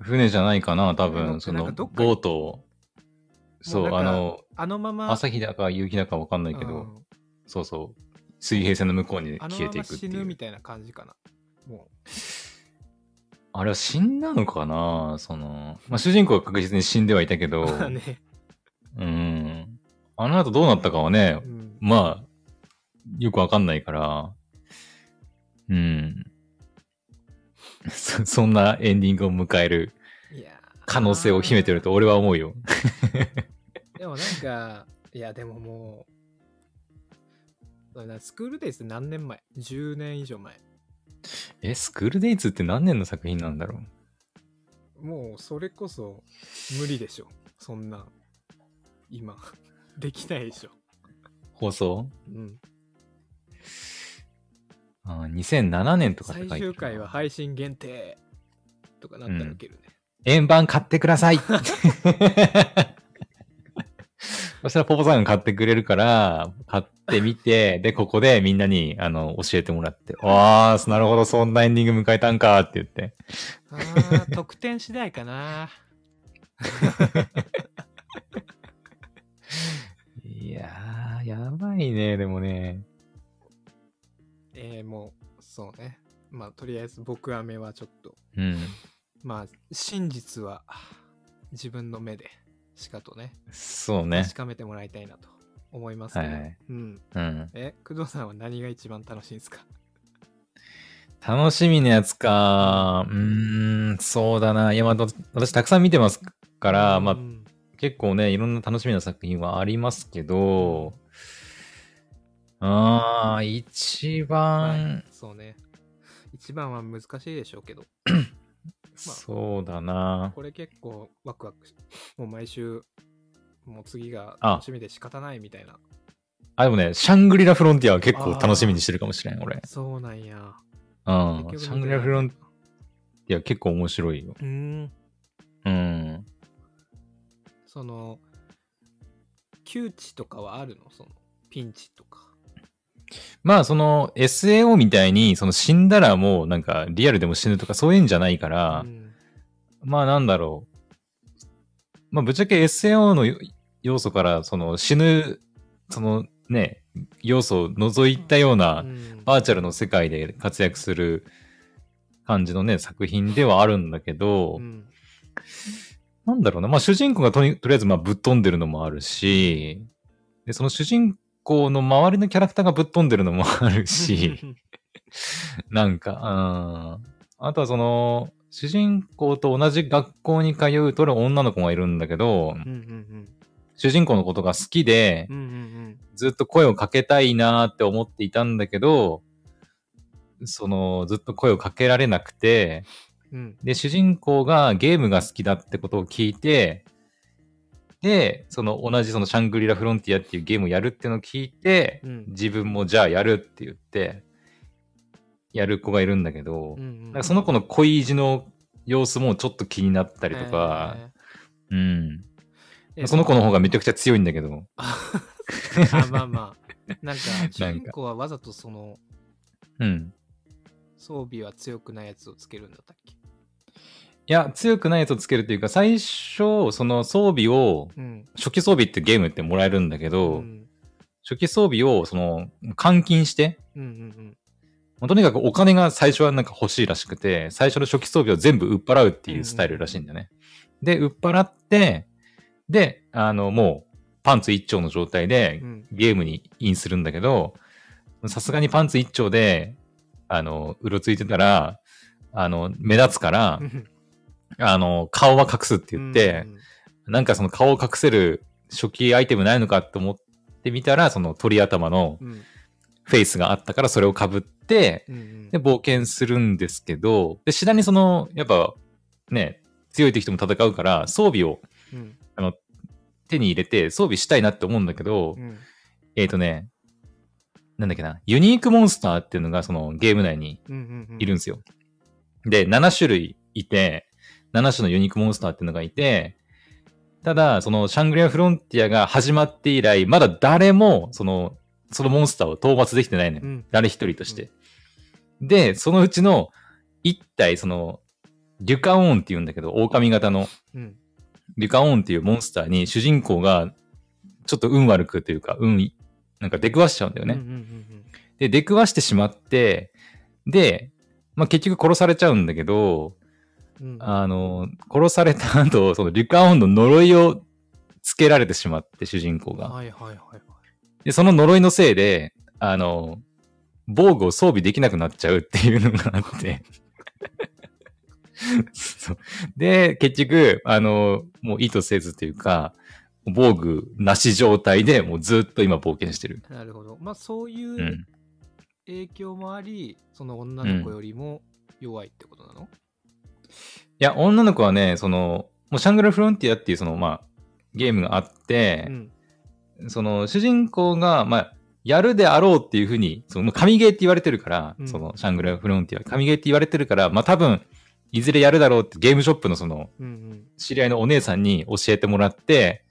Speaker 2: 船じゃないかな、多分、そ
Speaker 1: なん
Speaker 2: の
Speaker 1: かどっか
Speaker 2: ボートを。そ
Speaker 1: も
Speaker 2: う、
Speaker 1: な
Speaker 2: あ
Speaker 1: んか
Speaker 2: の、
Speaker 1: あのまま
Speaker 2: 朝日だか夕日だかわかんないけど、
Speaker 1: うん
Speaker 2: そうそう。水平線の向こうに
Speaker 1: あの
Speaker 2: 消え
Speaker 1: ま
Speaker 2: てい
Speaker 1: ま
Speaker 2: くって
Speaker 1: 死
Speaker 2: い
Speaker 1: ぬ
Speaker 2: う。
Speaker 1: みたいな感じかなも
Speaker 2: あれは死んだのかなその、まあ、主人公は確実に死んではいたけど、
Speaker 1: まあ *laughs* ね、
Speaker 2: うん。あの後どうなったかはね
Speaker 1: う、ん、
Speaker 2: まあ、よくわかんないから、うん。そそんなエンディングを迎える
Speaker 1: いやー
Speaker 2: 可能性を秘めてると俺は思うよ。
Speaker 1: でもなんか、いや、でももう、そうだなスクールデイズって何年前 ?10 年以上前。
Speaker 2: え、スクールデイズって何年の作品なんだろう
Speaker 1: もう、それこそ、無理でしょ。そんな、今、 *laughs* できないでしょ。
Speaker 2: 放送
Speaker 1: うん。
Speaker 2: あー ?2007 年とかって書
Speaker 1: 最
Speaker 2: いてる
Speaker 1: 終回は配信限定とかなったらウケるね。
Speaker 2: 円盤買ってくだ *laughs* さいそしたらポポさんが買ってくれるから、買ってみて、で、ここでみんなに、あの、教えてもらって、ああ、なるほど、そんなエンディング迎えたんか、って言って。
Speaker 1: あー、得点次第かな。 *laughs*
Speaker 2: いやー、やばいね、でもね。
Speaker 1: えー、もう、そうね。まあ、とりあえず、僕アメはちょっと、
Speaker 2: うん。
Speaker 1: まあ、真実は、自分の目で、しかとね、
Speaker 2: そうね
Speaker 1: 確。かめてもらいたいなと思いますね。
Speaker 2: はいはい
Speaker 1: うん。
Speaker 2: うん。
Speaker 1: え、工藤さんは何が一番楽しいんですか
Speaker 2: 楽しみなやつか。うーん、そうだな。いや、まあ、ど私たくさん見てますから、まあ
Speaker 1: う、ん
Speaker 2: 結構ね、いろんな楽しみな作品はありますけど、ああ、一
Speaker 1: まあ
Speaker 2: 番、
Speaker 1: そうね。一番は難しいでしょうけど、
Speaker 2: そうだな。
Speaker 1: これ結構ワクワクし、もう毎週、もう次が
Speaker 2: あ
Speaker 1: 楽しみで仕方ないみたいな。
Speaker 2: あ、でもね、シャングリラ・フロンティアは結構楽しみにしてるかもしれん、俺。
Speaker 1: そうなんや。
Speaker 2: うん。シャングリラ・フロン
Speaker 1: ン
Speaker 2: ティア結構面白いよ。
Speaker 1: うーん。
Speaker 2: うん。
Speaker 1: その、窮地とかはあるのその、ピンチとか。
Speaker 2: まあ、その SAO みたいに、その死んだらもうなんかリアルでも死ぬとかそういうんじゃないから
Speaker 1: う、ん
Speaker 2: まあなんだろう。まあぶっちゃけ SAO のよ要素からその死ぬ、そのね、要素を除いたよう
Speaker 1: う
Speaker 2: なんバーチャルの世界で活躍する感じのね、作品ではあるんだけど、
Speaker 1: うん
Speaker 2: なんだろうな。まあ主人公がとにとりあえずまあぶっ飛んでるのもあるし、で、その主人公の周りのキャラクターがぶっ飛んでるのもあるし、なんか、うん。あとはその、主人公と同じ学校に通うとる女の子がいるんだけ
Speaker 1: *laughs*
Speaker 2: ど、
Speaker 1: うんうん
Speaker 2: 主人公のことが好きで
Speaker 1: うん。う、んうん
Speaker 2: ずっと声をかけたいなーって思っていたんだけど、その、ずっと声をかけられなくて、
Speaker 1: うん。うん
Speaker 2: で、主人公がゲームが好きだってことを聞いて、で、その同じそのシャングリラ・フロンティアっていうゲームをやるっていうのを聞いて、
Speaker 1: うん
Speaker 2: 自分もじゃあやるって言って、やる子がいるんだけど、
Speaker 1: うんうん
Speaker 2: なんかその子の恋意地の様子もちょっと気になったりとか、うん。
Speaker 1: えー
Speaker 2: その子の方がめちゃくちゃ強いんだけど、
Speaker 1: あまあまあなんか主人公はわざとその
Speaker 2: うん。
Speaker 1: 装備は強くないやつをつけるんだったっけ
Speaker 2: いや、強くないやつをつけるというか、最初、その装備を、
Speaker 1: うん、
Speaker 2: 初期装備ってゲームってもらえるんだけ
Speaker 1: う
Speaker 2: ど、
Speaker 1: ん、
Speaker 2: 初期装備を、その、換金して、
Speaker 1: うんうん
Speaker 2: もうとにかくお金が最初はなんか欲しいらしくて、最初の初期装備を全部売っ払うっていうスタイルらしいんだよね。で、売っ払って、で、あの、もう、パンツ一丁の状態で
Speaker 1: うんう、ん
Speaker 2: ゲームにインするんだけど、さすがにパンツ一丁で、あの、うろついてたら、あの、目立つから
Speaker 1: う、ん
Speaker 2: あの、顔は隠すって言って、なんかその顔を隠せる初期アイテムないのかって思ってみたら、その鳥頭の
Speaker 1: うんうん
Speaker 2: フェイスがあったからそれを被って、
Speaker 1: うんうん
Speaker 2: で、冒険するんですけど、で、次第にその、やっぱ、ね、強い敵とも戦うから、装備を
Speaker 1: うん
Speaker 2: 手に入れて装備したいなって思うんだけど、
Speaker 1: うん
Speaker 2: えっ、ー、とね、なんだっけな、ユニークモンスターっていうのがそのゲーム内に
Speaker 1: うんうん
Speaker 2: いるんですよ。で、7種類いて、7種のユニークモンスターっていうのがいて、ただ、そのシャングリア・フロンティアが始まって以来、まだ誰も、その、そのモンスターを討伐できてないのよ。
Speaker 1: うん
Speaker 2: 誰一人として。で、そのうちの1体、その、リュカオーンって言うんだけど、狼型の
Speaker 1: うん
Speaker 2: リュカオーンっていうモンスターに主人公が、ちょっと運悪くというか、運、なんか出くわしちゃうんだよね。
Speaker 1: うんうん
Speaker 2: で、出くわしてしまって、で、まあ、結局殺されちゃうんだけど、
Speaker 1: うん、
Speaker 2: あの、殺された後、そのリュカオンの呪いをつけられてしまって、主人公が。
Speaker 1: はいはいはいはい。
Speaker 2: で、その呪いのせいで、あの、防具を装備できなくなっちゃうっていうのがあって。 *laughs* そうで、結局、あの、もう意図せずというか、防具なし状態でもうずっと今冒険してる。。
Speaker 1: なるほど。まあそういううん影響もあり、その女の子よりも弱いってことなの、
Speaker 2: いや、女の子はね、その、もうシャングルフロンティアっていうその、まあ、ゲームがあって、
Speaker 1: うん、
Speaker 2: その主人公が、まあ、やるであろうっていうふうに、そのもう神ゲーって言われてるから、
Speaker 1: うん
Speaker 2: そのシャングルフロンティア、神ゲーって言われてるから、まあ多分、いずれやるだろうってゲームショップのその
Speaker 1: うんうん
Speaker 2: 知り合いのお姉さんに教えてもらって、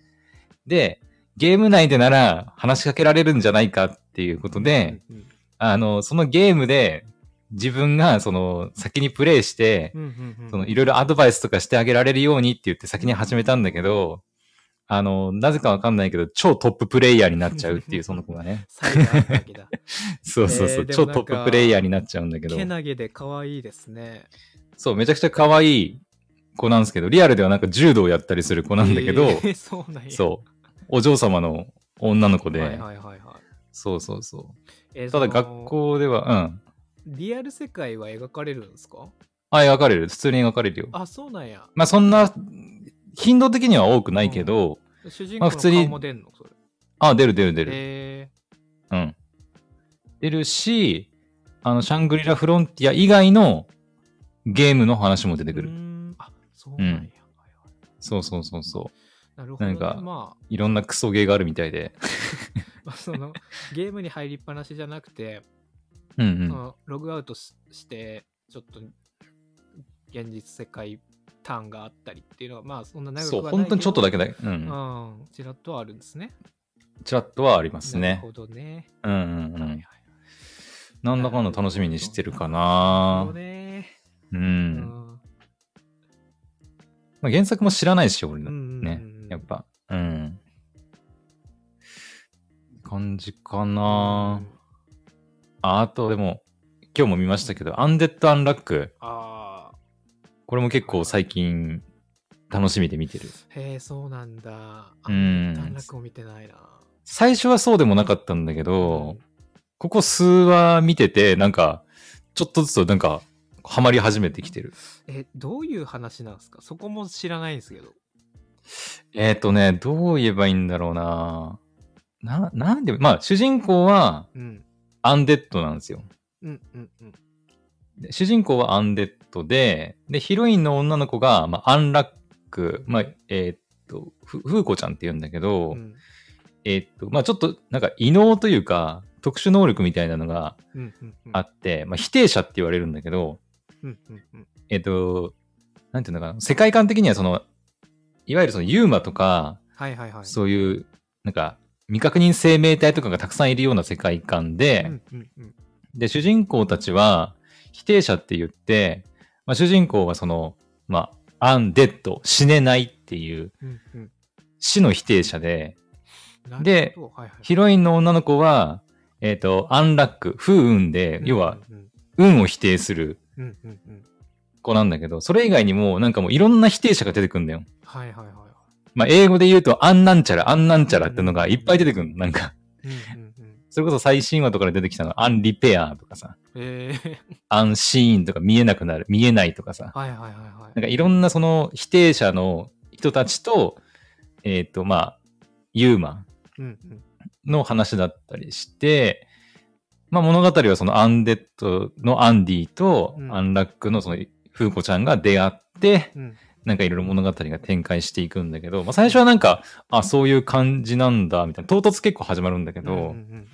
Speaker 2: で、ゲーム内でなら話しかけられるんじゃないかっていうことで、
Speaker 1: うんうん
Speaker 2: あの、そのゲームで自分がその先にプレイして、
Speaker 1: うんうんうん。
Speaker 2: そのいろいろアドバイスとかしてあげられるようにって言って先に始めたんだけど、あの、なぜかわかんないけど、超トッププレイヤーになっちゃうっていう、その子がね
Speaker 1: 才があったわけ
Speaker 2: *laughs*
Speaker 1: だ。
Speaker 2: そうそうそう、
Speaker 1: えーでも
Speaker 2: 超
Speaker 1: なん
Speaker 2: ト
Speaker 1: か
Speaker 2: ッププレイヤーになっちゃうんだけど
Speaker 1: け、なげで可愛いですね。
Speaker 2: そう、めちゃくちゃ可愛い子なんですけど、リアルではなんか柔道やったりする子なんだけど、
Speaker 1: えー *laughs* そうなんや。
Speaker 2: そう、お嬢様の女の子で、
Speaker 1: はいはいはいはい。
Speaker 2: そうそうそう。
Speaker 1: えー
Speaker 2: ただ
Speaker 1: その
Speaker 2: 学校では、うん。
Speaker 1: リアル世界は描かれるんですか
Speaker 2: あ、描かれる。普通に描かれるよ。
Speaker 1: あ、そうなんや。
Speaker 2: まあそんな、頻度的には多くないけど、
Speaker 1: 主人
Speaker 2: ま
Speaker 1: 公
Speaker 2: あ
Speaker 1: の
Speaker 2: 普通に
Speaker 1: 顔も出んのそれ。
Speaker 2: あ、出る出る出る。
Speaker 1: え
Speaker 2: うん。出るし、あの、シャングリラ・フロンティア以外のゲームの話も出て
Speaker 1: ー、
Speaker 2: く
Speaker 1: うー
Speaker 2: る。
Speaker 1: ん。あ、そうなんや。
Speaker 2: うん
Speaker 1: はいはい
Speaker 2: そうそうそうそう。
Speaker 1: なるほど、ね。
Speaker 2: なんか
Speaker 1: ま
Speaker 2: いろんなクソゲーがあるみたいで。
Speaker 1: あ、まあ、そ
Speaker 2: *laughs*
Speaker 1: のゲームに入りっぱなしじゃなくて、
Speaker 2: うん。
Speaker 1: そうのログアウトしして、ちょっと現実世界ターンがあったりっていうのは、まあそんなん長く
Speaker 2: そ
Speaker 1: は
Speaker 2: う、
Speaker 1: ない
Speaker 2: 本当にちょっとだ
Speaker 1: け
Speaker 2: けだ。う
Speaker 1: ど。
Speaker 2: ん。
Speaker 1: うん、ちらっとはあるんですね。
Speaker 2: ちらっとはあります
Speaker 1: なる
Speaker 2: ね
Speaker 1: ほ。どね。
Speaker 2: うんうんう
Speaker 1: はいはい
Speaker 2: ん。なんだかんだ楽しみにしてるかな
Speaker 1: なるほどね。
Speaker 2: う。
Speaker 1: うんん。
Speaker 2: まあ、原作も知らないし、俺
Speaker 1: うんう
Speaker 2: の。
Speaker 1: ん
Speaker 2: ね
Speaker 1: うん
Speaker 2: やっぱ。うん。感じかな
Speaker 1: うん
Speaker 2: ああと、でも、今日も見ましたけど、アンデッド・アンラック。
Speaker 1: ああ。
Speaker 2: これも結構最近楽しみで見てる。
Speaker 1: へえ、そうなんだ。あ
Speaker 2: うん
Speaker 1: 段落を見てないな。
Speaker 2: 最初はそうでもなかったんだけど、ここ数話見てて、なんか、ちょっとずつなんか、ハマり始めてきてる。
Speaker 1: え、どういう話なんですかそこも知らないんですけど。
Speaker 2: えっ、ー、とね、どう言えばいいんだろうなな、なんで、まあ、主人公は
Speaker 1: うん。
Speaker 2: アンデッドなんですよ。
Speaker 1: うんうんうん。
Speaker 2: で主人公はアンデッドで、で、ヒロインの女の子が、まあ、アンラック、まあ、えっ、と、ふ、ふうこちゃんって言うんだけど、
Speaker 1: うん
Speaker 2: えっ、と、まあ、ちょっと、なんか、異能というか、特殊能力みたいなのが
Speaker 1: うんうんうん。
Speaker 2: あって、まあ、否定者って言われるんだけど、
Speaker 1: うんうんうん。
Speaker 2: えっ、と、なんていうのかな、世界観的にはその、いわゆるそのユーマとか、
Speaker 1: はいはいはい。
Speaker 2: そういう、なんか、未確認生命体とかがたくさんいるような世界観で、
Speaker 1: うんうんうん。
Speaker 2: で、主人公たちは、否定者って言って、まあ、主人公はその、まあ、アンデッド、死ねないっていう、
Speaker 1: うんうん
Speaker 2: 死の否定者で、
Speaker 1: なるほど
Speaker 2: で
Speaker 1: はいはい
Speaker 2: ヒロインの女の子は、えっ、と、アンラック、不運で、要は、、
Speaker 1: うん
Speaker 2: 運を否定する
Speaker 1: うんうんうんうん。
Speaker 2: 子なんだけど、それ以外にも、なんかもういろんな否定者が出てくんだよ。
Speaker 1: はいはいはいは
Speaker 2: まあ、英語で言うと、あんなんちゃら、あんなんちゃらってのがいっぱい出てくるの。なんか、
Speaker 1: い。うんうんうん。
Speaker 2: それこそ最新話とかで出てきたの、アンリペアとかさ、
Speaker 1: え
Speaker 2: *laughs*
Speaker 1: ー
Speaker 2: アンシーンとか見えなくなる、見えないとかさ、
Speaker 1: はいはいはいはい。
Speaker 2: なんかいろんなその否定者の人たちと、えっ、と、まあ、ユーマ
Speaker 1: うんうん
Speaker 2: の話だったりして、まあ物語はそのアンデッドのアンディと
Speaker 1: うん
Speaker 2: アンラックのそのフーコちゃんが出会って、
Speaker 1: うん
Speaker 2: なんかいろいろ物語が展開していくんだけど、まあ最初はなんか、あ、そういう感じなんだ、みたいな、唐突結構始まるんだけど、
Speaker 1: うんうん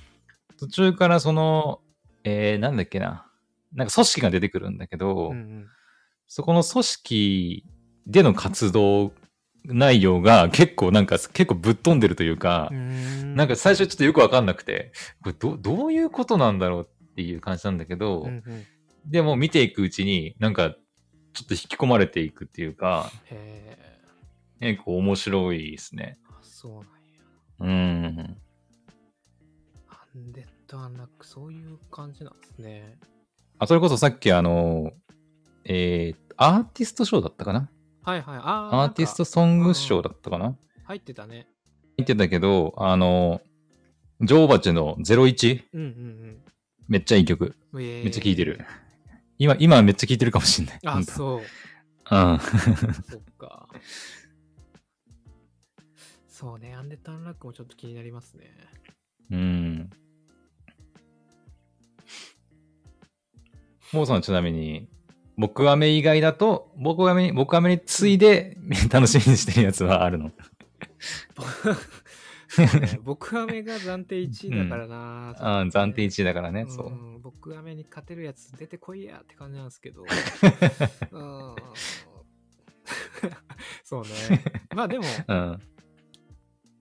Speaker 2: 途中からその、えー、なんだっけな、なんか組織が出てくるんだけ
Speaker 1: うん
Speaker 2: ど、
Speaker 1: うん
Speaker 2: そこの組織での活動内容が結構なんか、結構ぶっ飛んでるというか、
Speaker 1: うん
Speaker 2: なんか最初ちょっとよくわかんなくて、これどどういうことなんだろうっていう感じなんだけ
Speaker 1: う
Speaker 2: ど、
Speaker 1: んうんへ
Speaker 2: でも見ていくうちになんかちょっと引き込まれていくっていうか、
Speaker 1: え。
Speaker 2: 結構面白いですね。
Speaker 1: あそうなんや。
Speaker 2: うん。
Speaker 1: アンデッド・アンラック、そういう感じなんですね。
Speaker 2: あ、それこそさっきあの、えーアーティスト賞だったかな
Speaker 1: はいはい。あー
Speaker 2: アーティストソング賞だったかな
Speaker 1: なんか入ってたね。
Speaker 2: 見てたけど、あの、女王蜂の01、
Speaker 1: うんうん
Speaker 2: めっちゃいい曲。
Speaker 1: うん。えー
Speaker 2: めっちゃ聴いてる。。今、今めっちゃ聴いてるかもしんない。
Speaker 1: あ、
Speaker 2: 本当
Speaker 1: そう。
Speaker 2: うん。
Speaker 1: そっか。そうね、アンデッド・アンラックもちょっと気になります
Speaker 2: *laughs*
Speaker 1: ね。
Speaker 2: うん。もうさんちなみに、僕アメ以外だと、僕アメに、僕アメに次いで *laughs* 楽しみにしてるやつはあるの。
Speaker 1: そうね僕アメが暫定1位だから
Speaker 2: *laughs*
Speaker 1: な。そう
Speaker 2: あ
Speaker 1: ね
Speaker 2: ー暫定1位だからね、そうう。
Speaker 1: ん僕アメに勝てるやつ出てこいやって感じなんですけ
Speaker 2: *laughs*
Speaker 1: ど。うん *laughs* そうね。
Speaker 2: *laughs*
Speaker 1: まあでも、
Speaker 2: うん。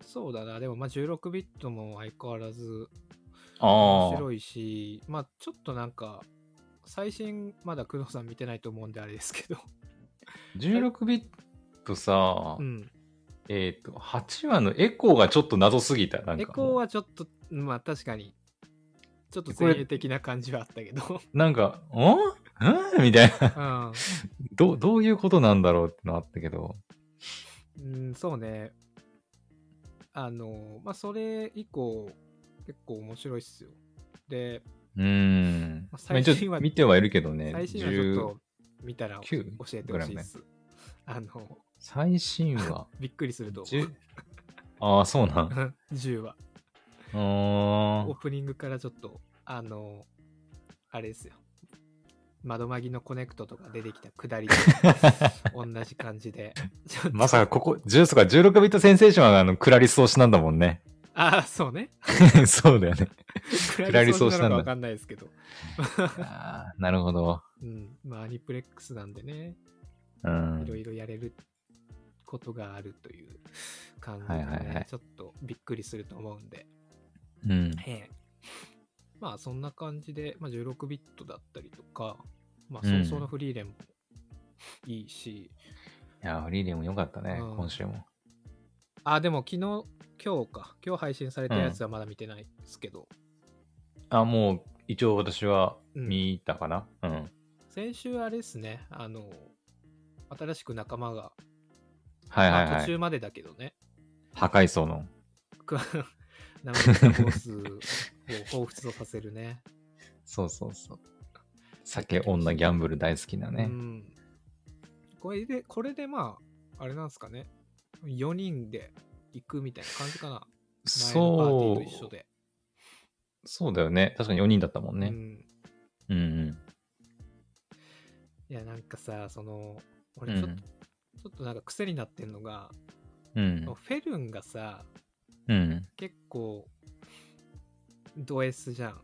Speaker 1: そうだな。でもまあ16ビットも相変わらず面
Speaker 2: あ
Speaker 1: 白いし、まあちょっとなんか、最新まだ工藤さん見てないと思うんであれですけど。
Speaker 2: あ、16ビットさ、
Speaker 1: うん。
Speaker 2: えっ、と、8話のエコーがちょっと謎すぎた。なんか
Speaker 1: エコーはちょっと、まあ確かに、ちょっと
Speaker 2: これ
Speaker 1: 前衛的な感じはあったけど。
Speaker 2: なんか、んんみたい
Speaker 1: *laughs* う
Speaker 2: な。
Speaker 1: ん。
Speaker 2: どう、どういうことなんだろうってのあったけど。
Speaker 1: うん、そうね。あの、まあ、それ以降、結構面白いっすよ。で、
Speaker 2: うーん。まあ
Speaker 1: 最
Speaker 2: 一応
Speaker 1: 新話
Speaker 2: 見てはいるけどね。
Speaker 1: 最新はちょっと見たら教
Speaker 2: 19
Speaker 1: えてほしいっす。あの、
Speaker 2: 最新話
Speaker 1: びっくりすると思
Speaker 2: 10ああそう
Speaker 1: *laughs*
Speaker 2: なん
Speaker 1: う。10話。
Speaker 2: あ
Speaker 1: オー
Speaker 2: ー
Speaker 1: プニングからちょっと、あの、あれですよ。窓マギのコネクトとか出てきた下
Speaker 2: *laughs*
Speaker 1: りと同じ感じで。ちょっと
Speaker 2: まさかここ10とか16ビットセンセーションはあのクラリス推しなんだもんね *laughs*
Speaker 1: ああ、そうね。
Speaker 2: そうだ
Speaker 1: *laughs*
Speaker 2: よね
Speaker 1: 下りそうしたのかわかんないですけど。
Speaker 2: あーなるほど
Speaker 1: うん。まあ、アニプレックスなんでね。
Speaker 2: う
Speaker 1: いろ
Speaker 2: ん
Speaker 1: いろやれることがあるという感じで、
Speaker 2: は
Speaker 1: ね
Speaker 2: いはいはい
Speaker 1: ちょっとびっくりすると思うんで、
Speaker 2: うん
Speaker 1: ええまあそんな感じで、まあ、16ビットだったりとか、まあ、
Speaker 2: うん
Speaker 1: 早々のフリーレンもいいし、
Speaker 2: いやフリーレンも良かったね、
Speaker 1: うん
Speaker 2: 今週も
Speaker 1: あでも昨日今日か今日配信されたやつはまだ見てないですけど、
Speaker 2: あもう一応私は
Speaker 1: うん
Speaker 2: 見たかなうん、
Speaker 1: 先週あれですねあの新しく仲間が、
Speaker 2: はいはい
Speaker 1: まあ
Speaker 2: は
Speaker 1: 途
Speaker 2: い
Speaker 1: 中までだけどね *laughs*
Speaker 2: 破壊層の
Speaker 1: くナムコボスを彷彿とさせるね
Speaker 2: そうそうそう酒女ギャンブル大好きなね、
Speaker 1: うん、これで、これでまあ、あれなんですかね。4人で行くみたいな感じかな。前のパー
Speaker 2: そ
Speaker 1: ティーと一緒
Speaker 2: う
Speaker 1: で。
Speaker 2: そうだよね確かに4人だったもん
Speaker 1: う
Speaker 2: ね、
Speaker 1: ん。
Speaker 2: うん、うん
Speaker 1: いや、なんかさ、その、
Speaker 2: う
Speaker 1: 俺ちょっと、
Speaker 2: ん
Speaker 1: ちょっとなんか癖になってんのが、
Speaker 2: うん
Speaker 1: フェルンがさ、
Speaker 2: うん *laughs*
Speaker 1: 結構、ド S じゃん。